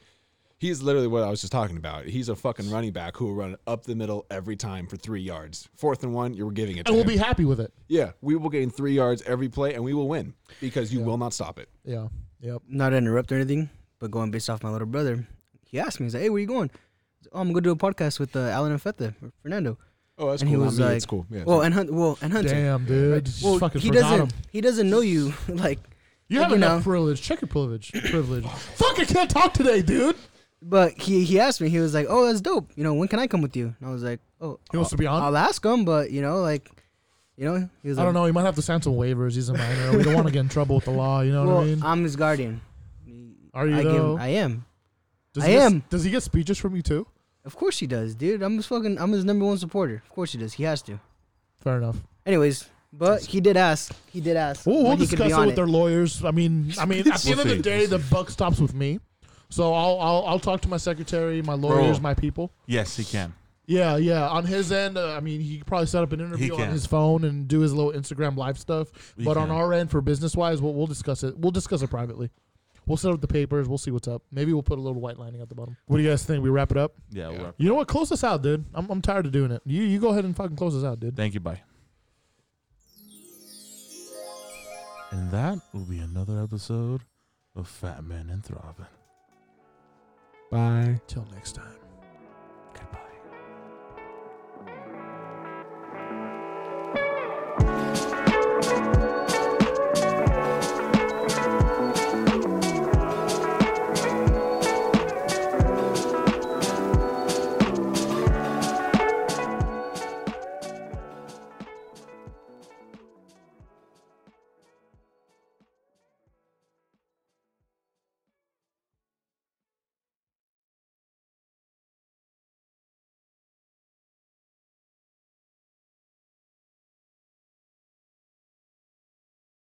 S4: he's literally what I was just talking about. He's a fucking running back who will run up the middle every time for three yards. Fourth and one, you're giving it. To
S3: And we'll
S4: him.
S3: be happy with it.
S4: yeah, we will gain three yards every play and we will win because you will not stop it.
S3: Yeah. Yep.
S1: not to interrupt or anything, but going based off my little brother, he asked me, he's like, hey, where you going? I was like, Oh, I'm gonna go do a podcast with uh, Alan and Feta, or Fernando.
S4: Oh, that's
S1: And he
S4: cool. Not
S1: was
S4: me.
S1: like-
S4: it's cool. Yeah.
S1: Well, and Hunt, well, and Hunter.
S3: Damn, dude. Just
S1: Well,
S3: fucking
S1: he
S3: forgot
S1: doesn't.
S3: him.
S1: He doesn't know you. [laughs] Like,
S3: You
S1: Like,
S3: have
S1: you
S3: enough
S1: know.
S3: privilege. Check your privilege. [coughs] Privilege. Fuck, I can't talk today, dude.
S1: but he he asked me. He was like, "Oh, that's dope. You know, when can I come with you?" And I was like, "Oh,
S3: He wants to be on.
S1: I'll ask him, but you know, like, you know, he was
S3: I
S1: like,
S3: don't know. He might have to sign some waivers. He's a minor. We don't want to get in trouble with the law. You know
S1: Well,
S3: what I mean?
S1: am his guardian.
S3: Are you
S1: I give
S3: though?
S1: him, I am.
S3: does
S1: I
S3: he get-
S1: am.
S3: does he get speeches from you too?
S1: Of course he does, dude. I'm his fucking. I'm his number one supporter. Of course he does. He has to.
S3: Fair enough.
S1: Anyways, but he did ask. He did ask.
S3: We'll, we'll
S1: when he could
S3: discuss
S1: be
S3: it
S1: on
S3: with their lawyers.
S1: [laughs]
S3: I mean, I mean, at the end
S2: We'll
S3: of the
S2: see,
S3: day,
S2: we'll
S3: the buck stops with me. So I'll I'll, I'll talk to my secretary, my lawyers, my people.
S2: Yes, he can.
S3: Yeah, yeah. On his end, uh, I mean, he could probably set up an interview on
S2: can.
S3: his phone and do his little Instagram live stuff.
S2: He
S3: but on
S2: can.
S3: our end, for business wise, we'll, we'll discuss it. We'll discuss it privately. We'll set up the papers. We'll see what's up. Maybe we'll put a little white lining at the bottom. What do you guys think? We wrap it up.
S2: Yeah.
S4: Yeah.
S2: well,
S3: You know what? Close us out, dude. I'm, I'm tired of doing it. You you go ahead and fucking close us out, dude.
S2: Thank you. Bye. And that will be another episode of Fat Man and Throbbing.
S4: Bye.
S3: Till next time. Goodbye.